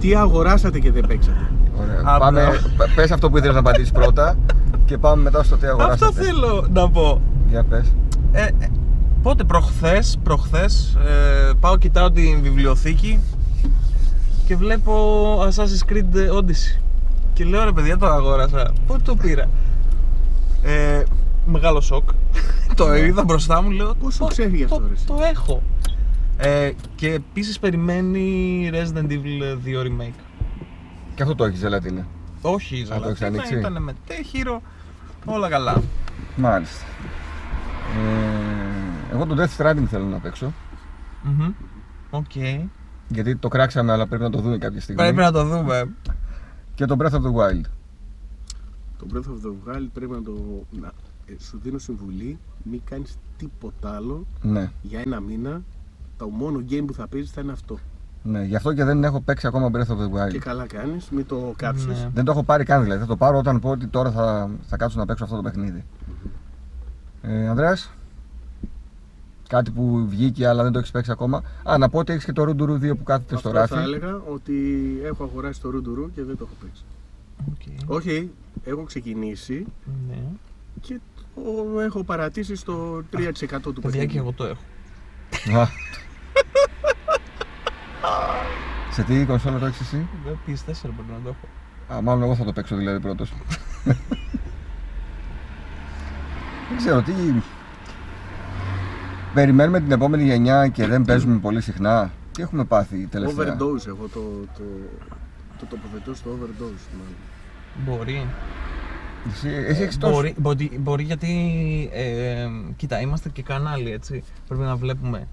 Speaker 2: Τι αγοράσατε και δεν παίξατε.
Speaker 1: Ωραία.
Speaker 3: Α,
Speaker 1: πάμε,
Speaker 3: μπράβο.
Speaker 1: πες αυτό που ήθελες να απαντήσεις πρώτα και πάμε μετά στο τι αγοράσατε.
Speaker 3: Αυτό θέλω να πω.
Speaker 1: Για πες.
Speaker 3: Ε, ε, πότε, προχθές, προχθές ε, πάω κοιτάω την βιβλιοθήκη και βλέπω Assassin's Creed Odyssey και λέω ρε παιδιά το αγόρασα, πότε το πήρα ε, μεγάλο σοκ το είδα μπροστά μου λέω
Speaker 2: Πώς Ναι. σου
Speaker 3: «Πώς
Speaker 2: ξέφυγε
Speaker 3: το,
Speaker 2: αυτό, ρε, εσύ?»
Speaker 3: το έχω ε, και επίσης περιμένει Resident Evil 2 Remake
Speaker 1: Και αυτό το έχεις ζελατίνα.
Speaker 3: όχι η
Speaker 1: το έχεις ανοίξει.
Speaker 3: ήταν με τέχυρο όλα καλά
Speaker 1: Μάλιστα. Ε, εγώ το Death Stranding θέλω να παίξω.
Speaker 3: Μμμ. Οκ.
Speaker 1: Γιατί το κράξαμε αλλά πρέπει να το δούμε κάποια στιγμή.
Speaker 3: Πρέπει να το δούμε.
Speaker 1: Και το Breath of the Wild.
Speaker 2: Το Breath of the Wild πρέπει να το. Να, ε, σου δίνω συμβουλή, μην κάνεις τίποτα άλλο
Speaker 1: Ναι.
Speaker 2: για ένα μήνα. Το μόνο game που θα παίζεις θα είναι αυτό.
Speaker 1: ναι. Γι' αυτό και δεν έχω παίξει ακόμα Breath of the Wild.
Speaker 2: Και καλά κάνεις, μην το κάψεις.
Speaker 3: Ναι.
Speaker 1: Δεν το έχω πάρει καν δηλαδή. Θα το πάρω όταν πω ότι τώρα θα, θα κάτσω να παίξω αυτό το παιχνίδι. Ε, Ανδρέας, κάτι που βγήκε αλλά δεν το έχεις παίξει ακόμα. Α, να πω ότι έχεις και το Ρουντουρού 2 που κάθεται στο
Speaker 2: Αυτό
Speaker 1: ράφι.
Speaker 2: θα έλεγα ότι έχω αγοράσει το ρουντουρού και δεν το έχω παίξει.
Speaker 1: Ναι.
Speaker 3: Οκ.
Speaker 2: Όχι, έχω ξεκινήσει
Speaker 3: Ναι.
Speaker 2: και το έχω παρατήσει στο 3% του
Speaker 3: Παιδιά και
Speaker 2: παιχνιδιού.
Speaker 3: εγώ το έχω.
Speaker 1: Α. Σε τι κονσόλα το έχεις εσύ?
Speaker 3: Δεν PS4 πρέπει να το έχω.
Speaker 1: Α, μάλλον εγώ θα το παίξω δηλαδή πρώτος. δεν ξέρω τι... Περιμένουμε την επόμενη γενιά και δεν παίζουμε πολύ συχνά. Τι έχουμε πάθει τελευταία.
Speaker 2: Overdose, εγώ το, το, το τοποθετώ στο overdose μάλλον.
Speaker 3: Μπορεί.
Speaker 1: Εσύ, εσύ έχεις τόσο...
Speaker 3: Μπορεί, μπορεί, μπορεί γιατί. ε, ε, κοίτα, είμαστε και κανάλι έτσι. Πρέπει να βλέπουμε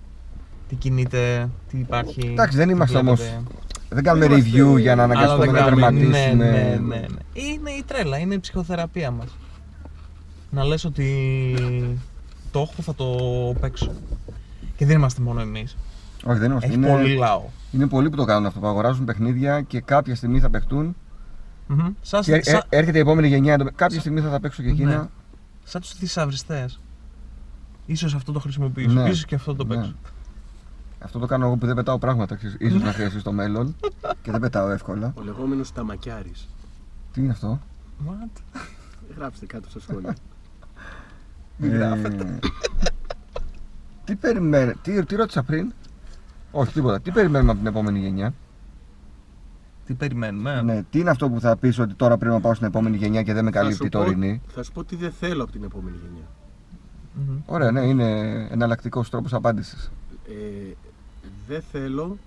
Speaker 3: τι κινείται, τι υπάρχει.
Speaker 1: Εντάξει, δεν
Speaker 3: τι
Speaker 1: είμαστε όμως
Speaker 3: βλέπετε.
Speaker 1: Δεν κάνουμε
Speaker 2: Είμαστε-
Speaker 1: review για να
Speaker 2: Αλλά
Speaker 3: Αλλά
Speaker 1: αναγκαστούμε
Speaker 3: δεν
Speaker 1: να
Speaker 3: κάνουμε. Ναι,
Speaker 1: τερματίσουμε.
Speaker 3: ναι, ναι, ναι. Είναι η τρέλα, είναι η ψυχοθεραπεία μας. Να λες ότι το έχω, θα το παίξω. Και δεν είμαστε μόνο εμείς.
Speaker 1: Όχι, δεν είμαστε.
Speaker 3: Έχει
Speaker 1: Είναι,
Speaker 3: πολύ λαό.
Speaker 1: είναι πολλοί που το κάνουν αυτό. Που αγοράζουν παιχνίδια και κάποια στιγμή θα παιχτούν.
Speaker 3: Μμμ. Σαν,
Speaker 1: Και ε,
Speaker 3: σαν,
Speaker 1: ε, έρχεται η επόμενη γενιά. Κάποια στιγμή θα τα παίξω και εκείνα.
Speaker 3: Ναι. σαν τους θησαυριστές. Ίσως αυτό το χρησιμοποιήσω,
Speaker 1: Ναι.
Speaker 3: ίσως και αυτό το
Speaker 1: Ναι.
Speaker 3: παίξω.
Speaker 1: Αυτό το κάνω εγώ που δεν πετάω πράγματα. ξέρεις. Ίσως να χρειαστεί στο μέλλον. και δεν πετάω εύκολα.
Speaker 2: Ο λεγόμενος ταμακιάρης.
Speaker 1: Τι είναι αυτό.
Speaker 3: What?
Speaker 2: Γράψτε κάτω στα σχόλια.
Speaker 1: Ε, τι περιμένε, τι, τι ρώτησα πριν. Όχι τίποτα. Τι περιμένουμε από την επόμενη γενιά.
Speaker 3: Τι περιμένουμε. ε?
Speaker 1: Ναι, τι είναι αυτό που θα πεις ότι τώρα πρέπει να πάω στην επόμενη γενιά και δεν με
Speaker 2: Θα
Speaker 1: καλύπτει
Speaker 2: σου
Speaker 1: η
Speaker 2: πω-
Speaker 1: τωρινή.
Speaker 2: Θα σου πω τι δεν θέλω από την επόμενη γενιά.
Speaker 3: Μμμ.
Speaker 1: Ωραία, ναι, είναι εναλλακτικός τρόπος απάντησης.
Speaker 2: Ε, δεν θέλω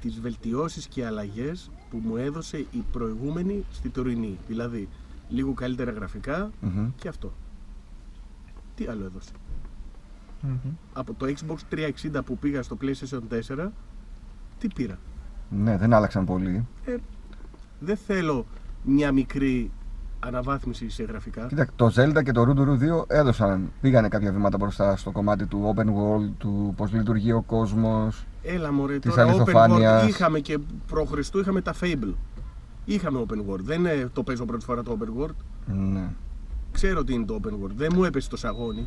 Speaker 2: τις βελτιώσεις και αλλαγές που μου έδωσε η προηγούμενη στη τωρινή. Δηλαδή, λίγο καλύτερα γραφικά και αυτό. Τι άλλο έδωσε.
Speaker 3: Μμμ.
Speaker 2: Από το Xbox 360 που πήγα στο PlayStation 4, τι πήρα.
Speaker 1: Ναι, δεν άλλαξαν πολύ.
Speaker 2: Δεν θέλω μια μικρή αναβάθμιση σε γραφικά.
Speaker 1: Κοίταξε, το Zelda και το Roots 2 έδωσαν, πήγανε κάποια βήματα μπροστά στο κομμάτι του open world, του πώς λειτουργεί ο κόσμος.
Speaker 2: Έλα μωρέ,
Speaker 1: Της
Speaker 2: τώρα open world
Speaker 1: αληθοφάνειας.
Speaker 2: είχαμε και προ Χριστού είχαμε τα Fable. Είχαμε open world. Δεν ε, το παίζω πρώτη φορά το open world.
Speaker 1: Ναι.
Speaker 2: Ξέρω τι είναι το open world. Δεν μου έπεσε το σαγόνι.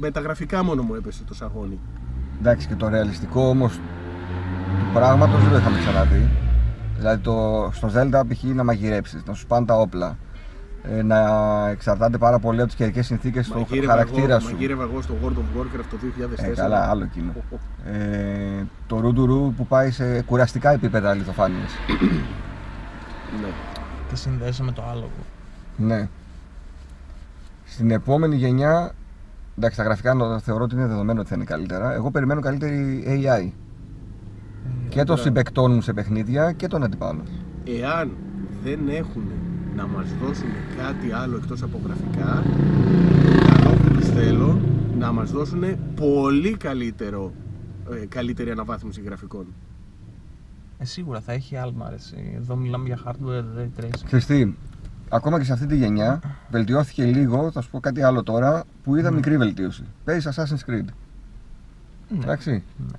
Speaker 2: Με τα γραφικά μόνο μου έπεσε το σαγόνι.
Speaker 1: Εντάξει, και το ρεαλιστικό όμως του πράγματος δεν το είχαμε ξαναδεί. Δηλαδή, το, στο Zelda π.χ. να μαγειρέψεις, να σου πάνε τα όπλα. ε, να εξαρτάται πάρα πολύ από τις καιρικές συνθήκες του χαρακτήρα
Speaker 2: εγώ,
Speaker 1: σου.
Speaker 2: μαγείρευα εγώ στο World of Warcraft το 2004.
Speaker 1: Ε, καλά, άλλο κοινό.
Speaker 2: Ω, ω.
Speaker 1: Ε, το ρουντουρού που πάει σε κουραστικά επίπεδα αληθοφάνειε.
Speaker 2: Ναι.
Speaker 3: Τα συνδέσα με το άλλο.
Speaker 1: ναι. Στην επόμενη γενιά, εντάξει, τα γραφικά νο- θεωρώ ότι είναι δεδομένο ότι θα είναι καλύτερα. Εγώ περιμένω καλύτερη
Speaker 3: Ε,
Speaker 1: AI. Και των
Speaker 2: μπράβο.
Speaker 1: συμπεκτών μου σε παιχνίδια και των αντιπάλων.
Speaker 2: Εάν δεν έχουν να μας δώσουν κάτι άλλο εκτός από γραφικά, καλό που τους θέλω να μας δώσουν πολύ καλύτερο, ε, καλύτερη αναβάθμιση γραφικών.
Speaker 3: Ε, σίγουρα θα έχει άλμα. ρε, εσύ. Εδώ μιλάμε για hardware ray tracing.
Speaker 1: Ξέρεις τι, ακόμα και σε αυτή τη γενιά βελτιώθηκε λίγο, θα σου πω κάτι άλλο τώρα, που είδα
Speaker 3: Ναι.
Speaker 1: μικρή βελτίωση. Παίζει Assassin's Creed,
Speaker 3: Ναι.
Speaker 1: εντάξει.
Speaker 3: Ναι.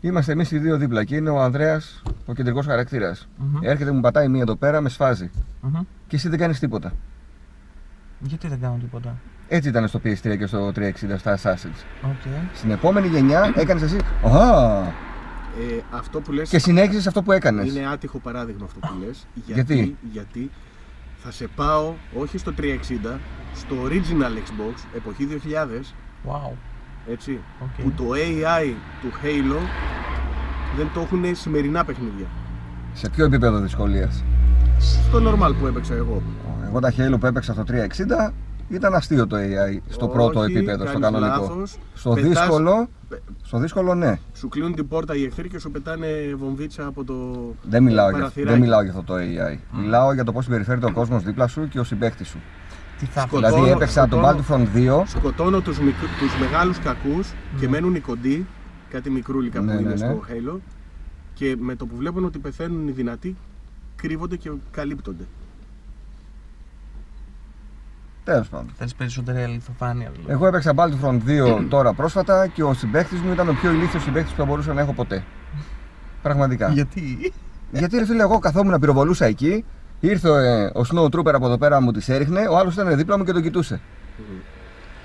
Speaker 1: Είμαστε εμείς οι δύο δίπλα και είναι ο Ανδρέας ο κεντρικός χαρακτήρας.
Speaker 3: Μμμ.
Speaker 1: Έρχεται, μου πατάει μία εδώ πέρα, με σφάζει.
Speaker 3: Μμμ.
Speaker 1: Και εσύ δεν κάνεις τίποτα.
Speaker 3: Γιατί δεν κάνω τίποτα.
Speaker 1: Έτσι ήταν στο PS3 και στο 360 στα Assassin's.
Speaker 3: Οκ.
Speaker 1: Στην επόμενη γενιά έκανες εσύ. Α!
Speaker 2: Ε, αυτό που λες
Speaker 1: Και συνέχισες αυτό που έκανες.
Speaker 2: είναι άτυχο παράδειγμα αυτό που λες.
Speaker 1: Γιατί?
Speaker 2: Γιατί, γιατί θα σε πάω όχι στο 360, στο original Xbox, εποχή 2000,
Speaker 3: Wow.
Speaker 2: έτσι,
Speaker 3: Οκ.
Speaker 2: που το AI του Halo δεν το έχουν σημερινά παιχνίδια.
Speaker 1: Σε ποιο επίπεδο δυσκολίας.
Speaker 2: Στο normal που έπαιξα εγώ.
Speaker 1: Εγώ τα Halo που έπαιξα στο 360 ήταν αστείο το AI στο πρώτο
Speaker 2: Όχι,
Speaker 1: επίπεδο, στο
Speaker 2: κάνεις
Speaker 1: κανονικό.
Speaker 2: λάθος.
Speaker 1: Στο
Speaker 2: Πετάς-
Speaker 1: δύσκολο,
Speaker 2: πε-
Speaker 1: στο δύσκολο ναι.
Speaker 2: Σου κλείνουν την πόρτα οι εχθροί και σου πετάνε βομβίτσα από το.
Speaker 1: Δεν μιλάω, για,
Speaker 2: παραθυράκι.
Speaker 1: δεν μιλάω για αυτό το AI. Μιλάω για το πώς συμπεριφέρεται ο κόσμος δίπλα σου και ο συμπέχτη σου.
Speaker 3: Τι θα
Speaker 2: Σκοτώ-
Speaker 1: δηλαδή έπαιξα το
Speaker 2: σκοτώνω-
Speaker 1: Battlefront 2.
Speaker 2: Σκοτώνω τους τους μεγάλους κακούς και μένουν οι κοντοί, κάτι μικρούλικα
Speaker 1: Ναι,
Speaker 2: που είναι
Speaker 1: ναι, ναι.
Speaker 2: στο Halo. Και με το που βλέπουν ότι πεθαίνουν οι δυνατοί, κρύβονται και καλύπτονται.
Speaker 1: Τέλος πάντων.
Speaker 3: Θέλεις περισσότερη αληθοφάνεια δηλαδή.
Speaker 1: Εγώ έπαιξα Battlefront 2 τώρα πρόσφατα και ο συμπέχτη μου ήταν ο πιο ηλίθιος συμπέχτη που θα μπορούσα να έχω ποτέ. Πραγματικά.
Speaker 3: Γιατί.
Speaker 1: Γιατί ρε φίλε, εγώ καθόμουν να πυροβολούσα εκεί, ήρθε ε, ο Snow Trooper από εδώ πέρα μου τη έριχνε, ο άλλος ήταν δίπλα μου και τον κοιτούσε.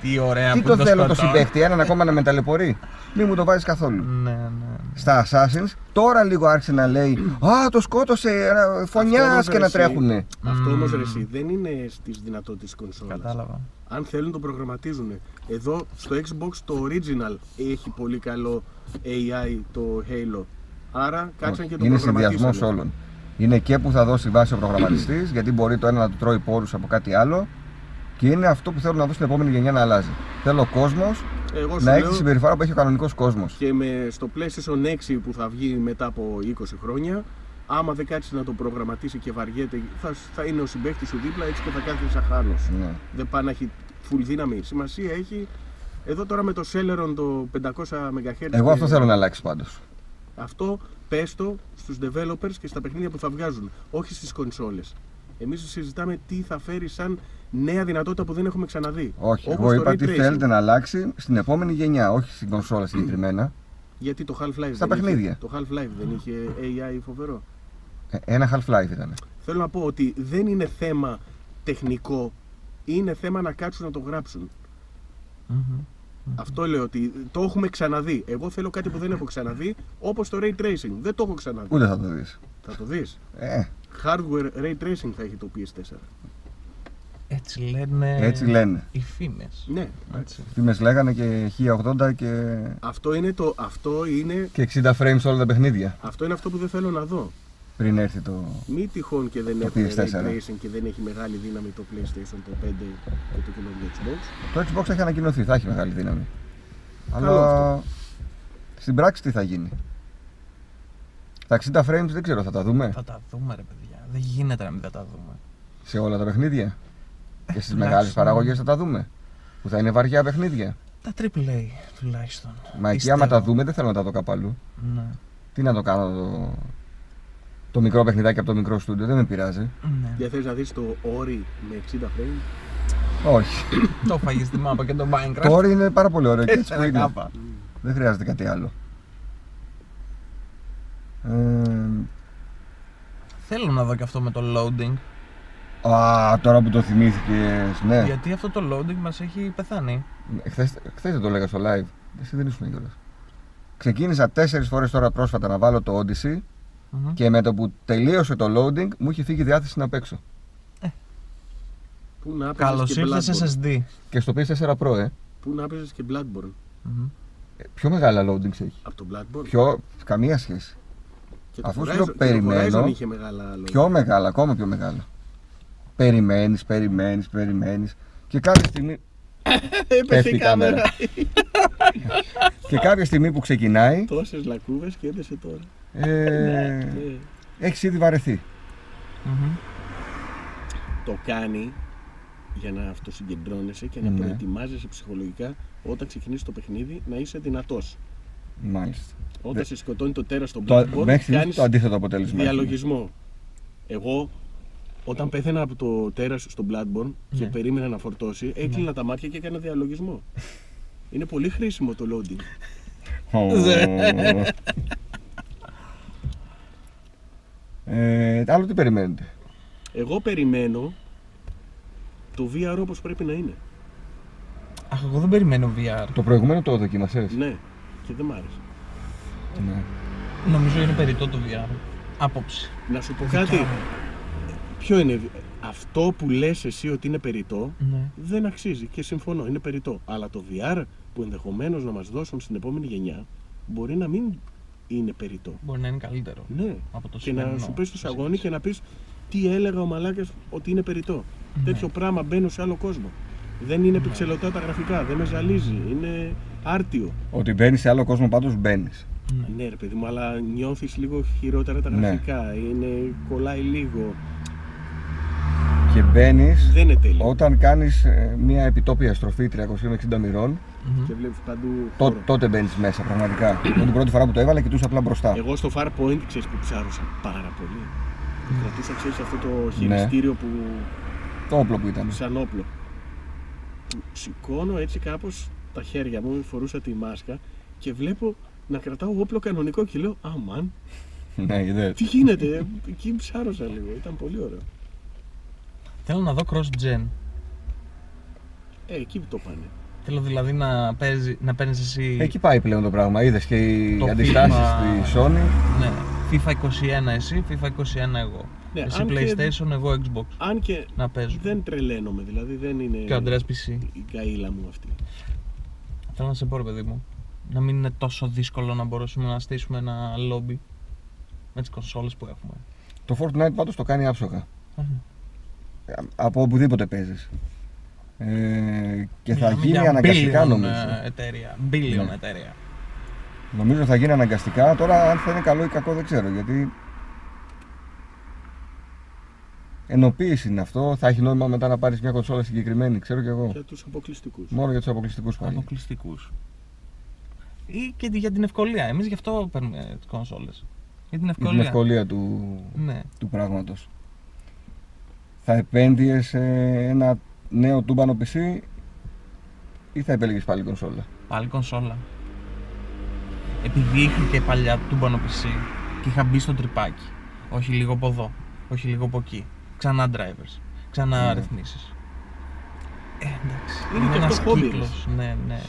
Speaker 3: Τι
Speaker 2: Ε,
Speaker 3: ωραία
Speaker 1: Τι
Speaker 3: που
Speaker 1: το θέλω το
Speaker 3: σκοτώνω.
Speaker 1: συμπέχτη, έναν ακόμα να με ταλαιπωρεί. Μην μου το βάζεις καθόλου.
Speaker 3: Ναι, ναι.
Speaker 1: στα Assassins, τώρα λίγο άρχισε να λέει Α, το σκότωσε, φωνιάς
Speaker 2: Αυτό όμως, ρε,
Speaker 1: και να
Speaker 2: εσύ-
Speaker 1: τρέχουνε.
Speaker 2: Αυτό όμως
Speaker 3: Μμμ.
Speaker 2: ρε, εσύ, δεν είναι στις δυνατότητες της κονσόλα.
Speaker 3: Κατάλαβα.
Speaker 2: Αν θέλουν το προγραμματίζουν. Εδώ στο Xbox το original έχει πολύ καλό AI το Halo. Άρα κάτσαν και το
Speaker 1: Είναι
Speaker 2: προγραμματίσανε.
Speaker 1: συνδυασμός όλων. Είναι και που θα δώσει βάση ο προγραμματιστής, γιατί μπορεί το ένα να του τρώει πόρους από κάτι άλλο. Και είναι αυτό που θέλω να δω στην επόμενη γενιά να αλλάζει. Θέλω ο κόσμος
Speaker 2: Εγώ σου
Speaker 1: να έχει
Speaker 2: λέω
Speaker 1: τη συμπεριφορά που έχει ο κανονικός κόσμος.
Speaker 2: και με, στο PlayStation 6 που θα βγει μετά από 20 χρόνια, άμα δεν κάτσεις να το προγραμματίσει και βαριέται, θα, θα είναι ο συμπέχτη σου δίπλα έτσι και θα κάθεται σαν χάνος.
Speaker 1: Ναι.
Speaker 2: Δεν πάει να έχει full δύναμη. Σημασία έχει εδώ τώρα με το Celeron το 500 MHz.
Speaker 1: Εγώ αυτό
Speaker 2: και-
Speaker 1: θέλω να αλλάξει πάντως.
Speaker 2: Αυτό πες το στους developers και στα παιχνίδια που θα βγάζουν, όχι στις κονσόλες. Εμείς συζητάμε τι θα φέρει σαν νέα δυνατότητα που δεν έχουμε ξαναδεί.
Speaker 1: Όχι,
Speaker 2: Όπως
Speaker 1: εγώ
Speaker 2: το
Speaker 1: είπα
Speaker 2: ray
Speaker 1: τι
Speaker 2: tracing.
Speaker 1: θέλετε να αλλάξει στην επόμενη γενιά, όχι στην κονσόλα συγκεκριμένα.
Speaker 2: Γιατί το Half-Life δεν
Speaker 1: Στα παιχνίδια.
Speaker 2: Είχε, το Half-Life δεν είχε AI φοβερό.
Speaker 1: Ε, Ένα Half-Life ήταν.
Speaker 2: Θέλω να πω ότι δεν είναι θέμα τεχνικό, είναι θέμα να κάτσουν να το γράψουν.
Speaker 3: Μμμ.
Speaker 2: Αυτό λέω ότι το έχουμε ξαναδεί. Εγώ θέλω κάτι που δεν έχω ξαναδεί, όπως το Ray Tracing. Δεν το έχω ξαναδεί.
Speaker 1: Ούτε θα το δεις.
Speaker 2: Θα το δεις.
Speaker 1: Ε,
Speaker 2: Hardware Ray Tracing θα έχει το PS4.
Speaker 3: Έτσι λένε.
Speaker 1: Έτσι λένε.
Speaker 3: Οι φήμες.
Speaker 2: Ναι,
Speaker 3: Έτσι.
Speaker 1: Φήμες λέγανε και 1080 και,
Speaker 2: αυτό είναι, το, αυτό, είναι,
Speaker 1: και 60 frames όλα τα παιχνίδια
Speaker 2: αυτό είναι αυτό που δεν θέλω να δω.
Speaker 1: πριν έρθει το...
Speaker 2: Μη τυχόν και δεν
Speaker 1: Το
Speaker 2: έχουν ray
Speaker 1: PS4.
Speaker 2: tracing και δεν έχει μεγάλη δύναμη το PlayStation το 5 και το καινούργιο Xbox.
Speaker 1: Το Xbox έχει ανακοινωθεί, θα έχει μεγάλη δύναμη.
Speaker 2: Καλό
Speaker 1: Αλλά στην πράξη τι θα γίνει. Τα 60 frames δεν ξέρω, θα τα δούμε
Speaker 3: Θα τα δούμε, ρε παιδιά. Δεν γίνεται να μην θα τα δούμε.
Speaker 1: σε όλα τα παιχνίδια. Και στις
Speaker 3: τουλάχιστον.
Speaker 2: ναι.
Speaker 1: μεγάλες παραγωγές θα τα δούμε. Που θα είναι βαριά παιχνίδια.
Speaker 3: Τα AAA τουλάχιστον.
Speaker 1: Μα εκεί
Speaker 3: Πιστεύω.
Speaker 1: άμα τα δούμε δεν θέλω να τα δω κάπου αλλού.
Speaker 3: Ναι.
Speaker 1: Τι να το κάνω το, το μικρό παιχνιδάκι από το μικρό στούντιο, δεν με πειράζει.
Speaker 3: ναι.
Speaker 2: Δεν θες να δεις το όρι με 60 frames.
Speaker 1: Όχι.
Speaker 3: το φάγε στη μάπα και το Minecraft.
Speaker 1: το όριο είναι πάρα πολύ ωραίο και έτσι που
Speaker 3: Τέσσερα
Speaker 1: είναι.
Speaker 3: κάπα.
Speaker 1: Δεν χρειάζεται κάτι άλλο. Ε,
Speaker 3: Θέλω να δω και αυτό με το loading.
Speaker 1: Α, τώρα που το θυμήθηκες, ναι.
Speaker 3: Γιατί αυτό το loading μας έχει πεθάνει.
Speaker 1: Χθες χθες δεν το έλεγα στο live. Εσύ δεν ήσουν κιόλας. Ξεκίνησα τέσσερις φορές τώρα πρόσφατα να βάλω το Odyssey
Speaker 3: Μμμ.
Speaker 1: και με το που τελείωσε το loading μου είχε φύγει η διάθεση να παίξω.
Speaker 2: Πού να
Speaker 3: Καλώ
Speaker 2: παίζεις και
Speaker 3: ήρθες
Speaker 2: Bloodborne.
Speaker 3: SSD.
Speaker 1: Και στο PS4 Pro, ε.
Speaker 2: Πού να παίζεις και Bloodborne.
Speaker 3: Μμμ.
Speaker 1: Ε, Πιο μεγάλα loadings έχει.
Speaker 2: Από το Bloodborne.
Speaker 1: Πιο. καμία σχέση.
Speaker 2: Και
Speaker 1: αφού σου
Speaker 2: Horizon-
Speaker 1: το
Speaker 2: και
Speaker 1: περιμένω,
Speaker 2: Horizon είχε μεγάλα λόγια.
Speaker 1: Πιο μεγάλα, ακόμα πιο μεγάλα. Περιμένεις, περιμένεις, περιμένεις. Και κάποια στιγμή. Πέφτει η κάμερα. και κάποια στιγμή που ξεκινάει.
Speaker 2: Τόσες λακκούβες και έδεσε τώρα.
Speaker 1: Ε,
Speaker 2: Ε,
Speaker 1: έχεις ήδη βαρεθεί.
Speaker 3: Μμμ.
Speaker 2: Το κάνει για να αυτοσυγκεντρώνεσαι και να
Speaker 1: Ναι.
Speaker 2: προετοιμάζεσαι ψυχολογικά όταν ξεκινήσει το παιχνίδι να είσαι δυνατός.
Speaker 1: Μάλιστα.
Speaker 2: Όταν σε σκοτώνει το τέρας στον
Speaker 1: Ναι. Το,
Speaker 2: Bloodborne,
Speaker 1: μέχρι στιγμής
Speaker 2: κάνεις
Speaker 1: το αντίθετο αποτέλεσμα. έχουμε.
Speaker 2: διαλογισμό. Εγώ, όταν πέθαινα από το τέρας στον Bloodborne και
Speaker 3: Ναι.
Speaker 2: περίμενα να φορτώσει, έκλεινα
Speaker 1: Ναι.
Speaker 2: τα μάτια και έκανα διαλογισμό. Είναι πολύ χρήσιμο το loading.
Speaker 1: Ω. ε, άλλο τι περιμένετε.
Speaker 2: Εγώ περιμένω το VR όπως πρέπει να είναι.
Speaker 3: Αχ, εγώ δεν περιμένω VR.
Speaker 1: Το προηγούμενο το δοκίμασες.
Speaker 2: Ναι, και δεν μ' άρεσε.
Speaker 1: Ναι.
Speaker 3: Νομίζω είναι περιττό το VR. Άποψη.
Speaker 2: Να σου πω κάτι.
Speaker 3: Δικιά μου.
Speaker 2: Ποιο είναι. Αυτό που λες εσύ ότι είναι περιττό,
Speaker 3: Ναι.
Speaker 2: δεν αξίζει και συμφωνώ, είναι περιττό. Αλλά το VR που ενδεχομένως να μας δώσουν στην επόμενη γενιά, μπορεί να μην είναι περιττό.
Speaker 3: Μπορεί να είναι καλύτερο.
Speaker 2: Ναι.
Speaker 3: Από το
Speaker 2: και να
Speaker 3: σημερινό.
Speaker 2: σου πέσει το σαγόνι και να πεις τι έλεγα ο μαλάκας ότι είναι περιττό.
Speaker 3: Ναι.
Speaker 2: Τέτοιο πράγμα μπαίνω σε άλλο κόσμο. Δεν είναι πιξελωτά τα γραφικά, δεν με ζαλίζει, είναι άρτιο.
Speaker 1: Ότι μπαίνεις σε άλλο κόσμο πάντως μπαίνεις.
Speaker 3: Ναι.
Speaker 2: Ναι, ρε παιδί μου, αλλά νιώθεις λίγο χειρότερα τα
Speaker 1: Ναι.
Speaker 2: γραφικά. Είναι, κολλάει λίγο.
Speaker 1: Και μπαίνεις
Speaker 2: Δεν είναι τέλειο.
Speaker 1: όταν κάνεις ε, μια επιτόπια στροφή 360 μοιρών.
Speaker 3: Μμμ.
Speaker 2: Και βλέπεις παντού
Speaker 1: τό-
Speaker 2: χώρο.
Speaker 1: τότε μπαίνεις μέσα πραγματικά. Εγώ την πρώτη φορά που το έβαλα κοιτούσα απλά μπροστά.
Speaker 2: Εγώ στο Farpoint ξέρεις που ψάρωσα πάρα πολύ. Κρατούσα ξέρεις αυτό το χειριστήριο που
Speaker 1: Το όπλο που ήταν.
Speaker 2: σαν όπλο. Που Σηκώνω έτσι κάπως τα χέρια μου, φορούσα τη μάσκα και βλέπω να κρατάω όπλο κανονικό και λέω αμάν,
Speaker 1: ναι, είδες.
Speaker 2: τι γίνεται, ε, εκεί ψάρωσα λίγο, ήταν πολύ ωραίο.
Speaker 3: Θέλω να δω cross-gen.
Speaker 2: Ε, εκεί το πάνε.
Speaker 3: Θέλω δηλαδή να, παίζει, να παίρνεις εσύ.
Speaker 1: Εκεί πάει πλέον το πράγμα. Είδες και
Speaker 3: Το
Speaker 1: οι αντιστάσεις
Speaker 3: FIFA.
Speaker 1: στη Sony.
Speaker 3: Ναι. FIFA 21 εσύ, FIFA 21 εγώ.
Speaker 2: Ναι,
Speaker 3: εσύ
Speaker 2: αν και-
Speaker 3: PlayStation, εγώ Xbox.
Speaker 2: Αν και
Speaker 3: Να παίζουμε.
Speaker 2: δεν τρελαίνομαι, δηλαδή δεν είναι
Speaker 3: Και ο Αντρέα PC.
Speaker 2: η καήλα μου αυτή.
Speaker 3: Θέλω να σε πω, ρε παιδί μου. Να μην είναι τόσο δύσκολο να μπορέσουμε να στήσουμε ένα lobby με τις κονσόλες που έχουμε.
Speaker 1: Το Fortnite πάντως το κάνει άψογα.
Speaker 3: Α, ναι.
Speaker 1: Ε, Από οπουδήποτε παίζεις. Ε, και θα
Speaker 3: Μιλάμε
Speaker 1: γίνει
Speaker 3: για
Speaker 1: αναγκαστικά
Speaker 3: billion,
Speaker 1: νομίζω.
Speaker 3: ε, Εταιρεία. Billion
Speaker 1: Ναι.
Speaker 3: εταιρεία.
Speaker 1: Νομίζω θα γίνει αναγκαστικά. Τώρα, αν θα είναι καλό ή κακό, δεν ξέρω. Γιατί. Ενοποίηση είναι αυτό. Θα έχει νόημα μετά να πάρεις μια κονσόλα συγκεκριμένη, ξέρω κι εγώ.
Speaker 2: Για τους αποκλειστικούς.
Speaker 1: Μόνο για τους αποκλειστικούς πάλι.
Speaker 3: Αποκλειστικούς. Ή και για την ευκολία. Εμείς γι' αυτό παίρνουμε τις κονσόλες. Για την
Speaker 1: Για
Speaker 3: ευκολία.
Speaker 1: την ευκολία του,
Speaker 3: Ναι.
Speaker 1: του πράγματος. Θα επένδυε σε ένα νέο τούμπανο PC ή θα επέλεγες πάλι κονσόλα.
Speaker 3: Πάλι κονσόλα. Επειδή είχα και παλιά τούμπανο PC και είχα μπει στο τρυπάκι. Όχι λίγο από εδώ, όχι λίγο από εκεί. Ξανά drivers, ξανά
Speaker 1: Ναι.
Speaker 3: ρυθμίσεις. Ε, εντάξει.
Speaker 2: Είναι και
Speaker 3: ένας
Speaker 2: αυτό χόμπι,
Speaker 3: κύκλος, Ναι, ναι.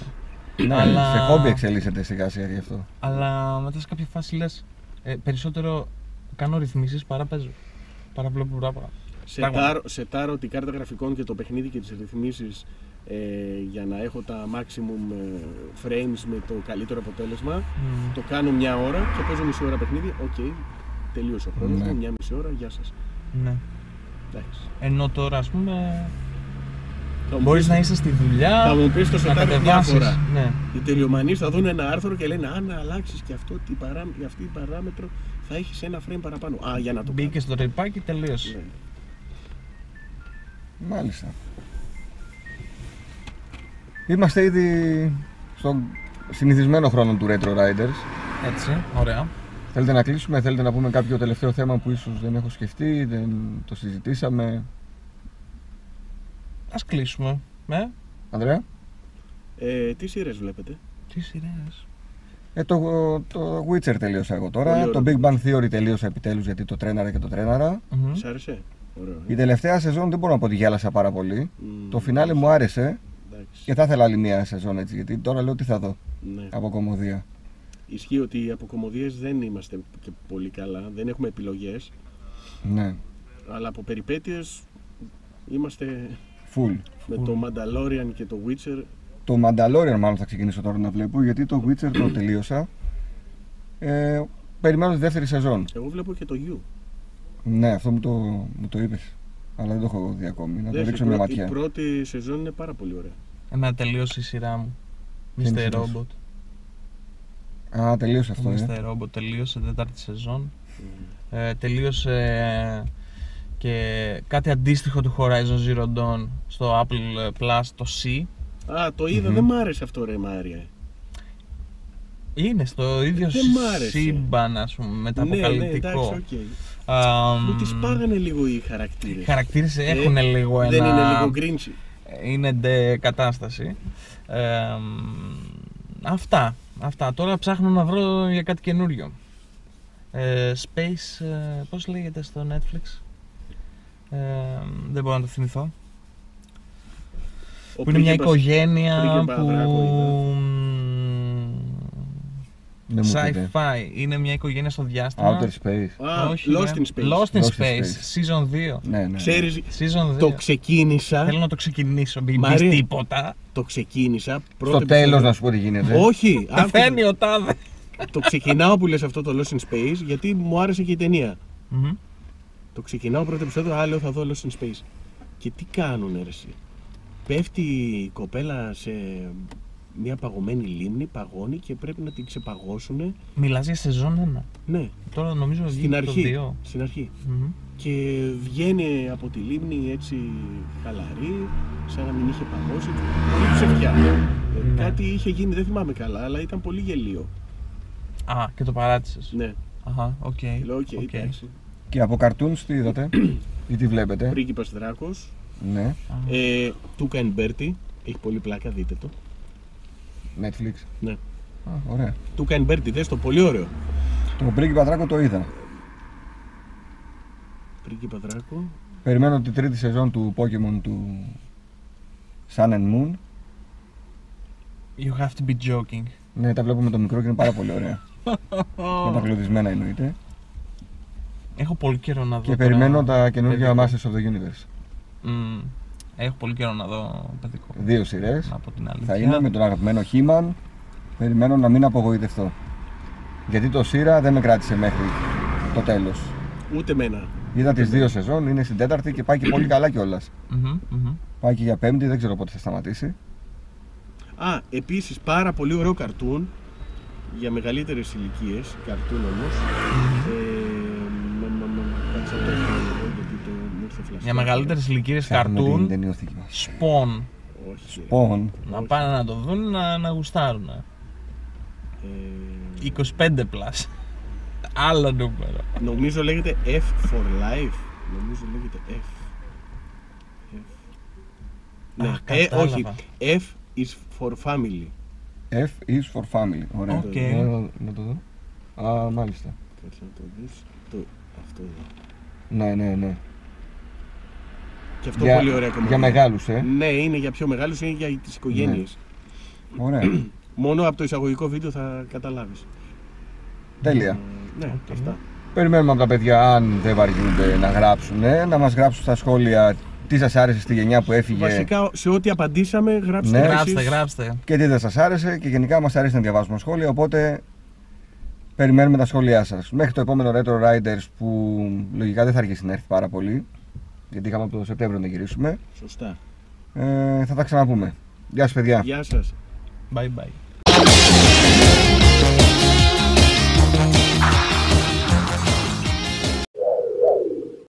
Speaker 1: Ναι,
Speaker 3: Αλλά-
Speaker 1: σε χόμπι εξελίσσεται σιγά σιγά γι' αυτό.
Speaker 3: Αλλά μετά σε κάποια φάση λες, ε, περισσότερο κάνω ρυθμίσεις παρά παίζω. Παρά βλέπω πράγματα. Πράγματι.
Speaker 2: Σετάρω, σετάρω την κάρτα γραφικών και το παιχνίδι και τις ρυθμίσεις ε, για να έχω τα maximum ε, frames με το καλύτερο αποτέλεσμα.
Speaker 3: Μμμ.
Speaker 2: Το κάνω μια ώρα και παίζω μισή ώρα παιχνίδι. Οκ, τελείωσε ο χρόνος
Speaker 1: Ναι.
Speaker 2: μου, μια μισή ώρα, γεια σας.
Speaker 3: Ναι.
Speaker 2: Εντάξει.
Speaker 3: Ενώ τώρα, ας πούμε,
Speaker 2: Θα μου
Speaker 3: μπορείς
Speaker 2: πεις-
Speaker 3: να είσαι στη δουλειά.
Speaker 2: Θα μου πεις το
Speaker 3: να
Speaker 2: σετάρω μια
Speaker 3: κατεβάσεις.
Speaker 2: φορά.
Speaker 3: Ναι.
Speaker 2: Οι τελειομανείς θα δουν ένα άρθρο και λένε αν αλλάξεις και αυτό, τι παρά, αυτή την παράμετρο θα έχεις ένα frame παραπάνω. Α, για να το
Speaker 3: Μπήκε στο τρυπάκι, τελείωσε.
Speaker 2: κάνω. Ναι.
Speaker 1: Μάλιστα. Είμαστε ήδη στον συνηθισμένο χρόνο του Retro Riders.
Speaker 2: Ναι.
Speaker 3: Έτσι, ωραία.
Speaker 1: Θέλετε να κλείσουμε, θέλετε να πούμε κάποιο τελευταίο θέμα που ίσως δεν έχω σκεφτεί, δεν το συζητήσαμε.
Speaker 3: Ας κλείσουμε. Με
Speaker 1: Ανδρέα,
Speaker 2: Ε, τι σειρές βλέπετε.
Speaker 3: τι σειρές.
Speaker 1: ε, το, το Witcher τελείωσα εγώ τώρα,
Speaker 2: Πολύ
Speaker 1: το
Speaker 2: ωραίο.
Speaker 1: Big Bang Theory τελείωσα επιτέλους γιατί το τρέναρα και το τρέναρα.
Speaker 2: Σ' άρεσε. Ωραίο. ε.
Speaker 1: Η τελευταία σεζόν δεν μπορώ να πω ότι γέλασα πάρα πολύ.
Speaker 2: Μμμ,
Speaker 1: Το φινάλε μου άρεσε
Speaker 2: εντάξει.
Speaker 1: και θα ήθελα άλλη μία σεζόν έτσι, γιατί τώρα λέω τι θα δω
Speaker 2: Ναι.
Speaker 1: από κομμωδία.
Speaker 2: Ισχύει ότι από κομμωδίες δεν είμαστε και πολύ καλά, δεν έχουμε επιλογές,
Speaker 1: Ναι,
Speaker 2: αλλά από περιπέτειες είμαστε
Speaker 1: full.
Speaker 2: με το Mandalorian και το Witcher.
Speaker 1: Το Mandalorian μάλλον θα ξεκινήσω τώρα να βλέπω, γιατί το Witcher το τελείωσα. Ε, περιμένω τη δεύτερη σεζόν.
Speaker 2: Εγώ βλέπω και το You.
Speaker 1: Ναι, αυτό μου το, μου το είπες. Αλλά δεν το έχω δει ακόμη. Να το
Speaker 2: Δες,
Speaker 1: ρίξω
Speaker 2: η
Speaker 1: μια
Speaker 2: πρώτη-
Speaker 1: ματιά.
Speaker 2: Η πρώτη σεζόν είναι πάρα πολύ ωραία.
Speaker 3: Εμένα τελείωσε η σειρά μου.
Speaker 1: Ποια είναι η
Speaker 3: Mr.
Speaker 1: σειρά σου?
Speaker 3: Robot.
Speaker 1: Α, τελείωσε
Speaker 3: Το
Speaker 1: αυτό. Ε.
Speaker 3: Mr. Robot τελείωσε τέταρτη σεζόν. Ε, τελείωσε ε, και κάτι αντίστοιχο του Horizon Zero Dawn στο Apple ε, Plus, το C.
Speaker 2: Α, το είδα,
Speaker 1: Μμμ.
Speaker 2: δεν μ' άρεσε αυτό ρε Μάρια.
Speaker 3: Είναι στο ίδιο
Speaker 2: Δεν μ' άρεσε.
Speaker 3: σύμπαν, ας πούμε,
Speaker 2: Ναι, ναι,
Speaker 3: μεταποκαλυπτικό.
Speaker 2: εντάξει, οκ.
Speaker 3: Αμ,
Speaker 2: Μου τη σπάγανε λίγο οι χαρακτήρες.
Speaker 3: Οι χαρακτήρες έχουν λίγο ένα...
Speaker 2: Δεν είναι λίγο γκρίντσι.
Speaker 3: είναι ντε κατάσταση. Ε, μ, αυτά, αυτά. Τώρα ψάχνω να βρω για κάτι καινούριο. Ε, space, ε, πώς λέγεται στο Netflix. Ε, δεν μπορώ να το θυμηθώ.
Speaker 2: Ο
Speaker 3: που είναι μια
Speaker 2: πρίγκιπας-
Speaker 3: οικογένεια
Speaker 2: πρίγκιπας
Speaker 3: που...
Speaker 2: Δράκο
Speaker 1: Δεν μου πείτε.
Speaker 3: Sci-fi. Είναι μια οικογένεια στο διάστημα.
Speaker 1: Outer Space.
Speaker 2: Α,
Speaker 3: Όχι,
Speaker 2: Lost
Speaker 3: ρε.
Speaker 2: in Space.
Speaker 3: Lost in
Speaker 1: Lost in
Speaker 3: Space,
Speaker 1: Space.
Speaker 3: Season 2.
Speaker 1: Ναι, ναι.
Speaker 2: Ξέρεις,
Speaker 3: Season 2.
Speaker 2: το ξεκίνησα.
Speaker 3: Θέλω να το ξεκινήσω, μην πεις
Speaker 2: Μαρία.
Speaker 3: τίποτα.
Speaker 2: Το ξεκίνησα.
Speaker 1: Στο
Speaker 2: πρώτη
Speaker 1: τέλος
Speaker 2: επεισόδιο-
Speaker 1: να σου πω ναι. τι γίνεται.
Speaker 2: Όχι, άκουσε.
Speaker 3: Πεθαίνει ο τάδε.
Speaker 2: το ξεκινάω που λες αυτό το Lost in Space γιατί μου άρεσε και η ταινία.
Speaker 3: Μμμ.
Speaker 2: Το ξεκινάω πρώτο επεισόδιο, άλλο θα δω Lost in Space. Και τι κάνουν ρε εσύ. Πέφτει η κοπέλα σε μια παγωμένη λίμνη, παγώνει και πρέπει να την ξεπαγώσουν.
Speaker 3: Μιλάς για σεζόν 1.
Speaker 2: Ναι,
Speaker 3: Τώρα νομίζω βγήκε
Speaker 2: στην αρχή.
Speaker 3: το 2.
Speaker 2: Στην αρχή.
Speaker 3: Μμμ.
Speaker 2: και βγαίνει από τη λίμνη έτσι χαλαρή, σαν να μην είχε παγώσει. Πολύ ψευδιά. Ε,
Speaker 3: Ναι.
Speaker 2: Κάτι είχε γίνει, δεν θυμάμαι καλά, αλλά ήταν πολύ γελίο.
Speaker 3: Α, και το παράτησες.
Speaker 2: Ναι,
Speaker 3: Αχα, οκ.
Speaker 2: λέω, οκ,
Speaker 3: Οκ.
Speaker 2: εντάξει.
Speaker 1: Και από cartoons τι είδατε ή τι βλέπετε.
Speaker 2: Πρίγκιπας Δράκος,
Speaker 1: ναι,
Speaker 2: ε, Τούκα and Bertie, έχει πολύ πλάκα, δείτε το.
Speaker 1: Netflix.
Speaker 2: Ναι.
Speaker 1: Α, ωραία.
Speaker 2: Τούκα and Bertie, δες το, πολύ ωραίο.
Speaker 1: Το πρίγκιπα Δράκο το είδα.
Speaker 2: Πρίγκιπα Δράκο,
Speaker 1: Περιμένω την τρίτη σεζόν του Pokemon του Sun and Moon.
Speaker 3: You have to be joking.
Speaker 1: Ναι, τα βλέπω με το μικρό και είναι πάρα πολύ ωραία. με τα κλωδισμένα εννοείται.
Speaker 3: Έχω πολύ καιρό να δω.
Speaker 1: και
Speaker 3: τώρα
Speaker 1: περιμένω τα καινούργια
Speaker 3: παιδικό.
Speaker 1: Masters of the Universe.
Speaker 3: Μμμ. Έχω πολύ καιρό να δω παιδικό.
Speaker 1: Δύο σειρές.
Speaker 3: Από την αλήθεια.
Speaker 1: Θα είναι με τον αγαπημένο Χίμαν. Περιμένω να μην απογοητευτώ. Γιατί το Σύρα δεν με κράτησε μέχρι το τέλος.
Speaker 2: ούτε μένα.
Speaker 1: Είδα τις δύο σεζόν, είναι στην τέταρτη και πάει και πολύ καλά κιόλας.
Speaker 3: Μμμ, μμμ.
Speaker 1: Πάει και για πέμπτη, δεν ξέρω πότε θα σταματήσει.
Speaker 2: Α, επίσης πάρα πολύ ωραίο καρτούν για μεγαλύτερες ηλικίες, καρτούν όμως. Ε, μ, μ, μ, Κάτσε να το έχω εδώ, γιατί το μου ήρθε φλασιά.
Speaker 3: Για μεγαλύτερε ηλικίε
Speaker 1: Ψάχνουμε την
Speaker 3: καρτούν,
Speaker 1: ταινιοθήκη μας.
Speaker 3: σπον.
Speaker 2: Όχι. ρε.
Speaker 1: Λοιπόν,
Speaker 3: Να
Speaker 2: Όχι.
Speaker 3: πάνε να το δουν να, να γουστάρουν.
Speaker 2: Ε,
Speaker 3: 25 πλάσ. Άλλο νούμερο.
Speaker 2: νομίζω λέγεται F for life. Νομίζω λέγεται F. F. Ναι,
Speaker 3: Α,
Speaker 2: ε,
Speaker 3: κατάλαβα.
Speaker 2: όχι. F is for family.
Speaker 1: F is for family. Ωραία.
Speaker 3: Οκ.
Speaker 1: Να, να το δω. Α, μάλιστα.
Speaker 2: Κάτσε να το δεις. Το, αυτό εδώ.
Speaker 1: Ναι, ναι, ναι.
Speaker 2: Και αυτό πολύ ωραία κομμάτια.
Speaker 1: για μεγάλους, ε. Ναι.
Speaker 2: Ναι, είναι για πιο μεγάλους, είναι για τις οικογένειες.
Speaker 1: Ωραία.
Speaker 2: Μόνο από το εισαγωγικό βίντεο θα καταλάβεις.
Speaker 1: Τέλεια.
Speaker 2: Ε, Ναι,
Speaker 3: Οκ.
Speaker 2: αυτά.
Speaker 1: Περιμένουμε από τα παιδιά, αν δεν βαριούνται, να γράψουν, να μας γράψουν στα σχόλια τι σας άρεσε στη γενιά που έφυγε
Speaker 2: Βασικά σε ό,τι απαντήσαμε, γράψτε
Speaker 1: Ναι.
Speaker 2: και
Speaker 3: Γράψτε,
Speaker 2: εσείς.
Speaker 3: γράψτε.
Speaker 1: και τι δεν σας άρεσε και γενικά μας αρέσει να διαβάζουμε σχόλια, οπότε περιμένουμε τα σχόλιά σας. Μέχρι το επόμενο Retro Riders που λογικά δεν θα αργήσει να έρθει πάρα πολύ, γιατί είχαμε από το Σεπτέμβριο να γυρίσουμε,
Speaker 2: Σωστά.
Speaker 1: ε, θα τα ξαναπούμε. Γεια σας παιδιά.
Speaker 2: Γεια σας.
Speaker 3: Bye bye.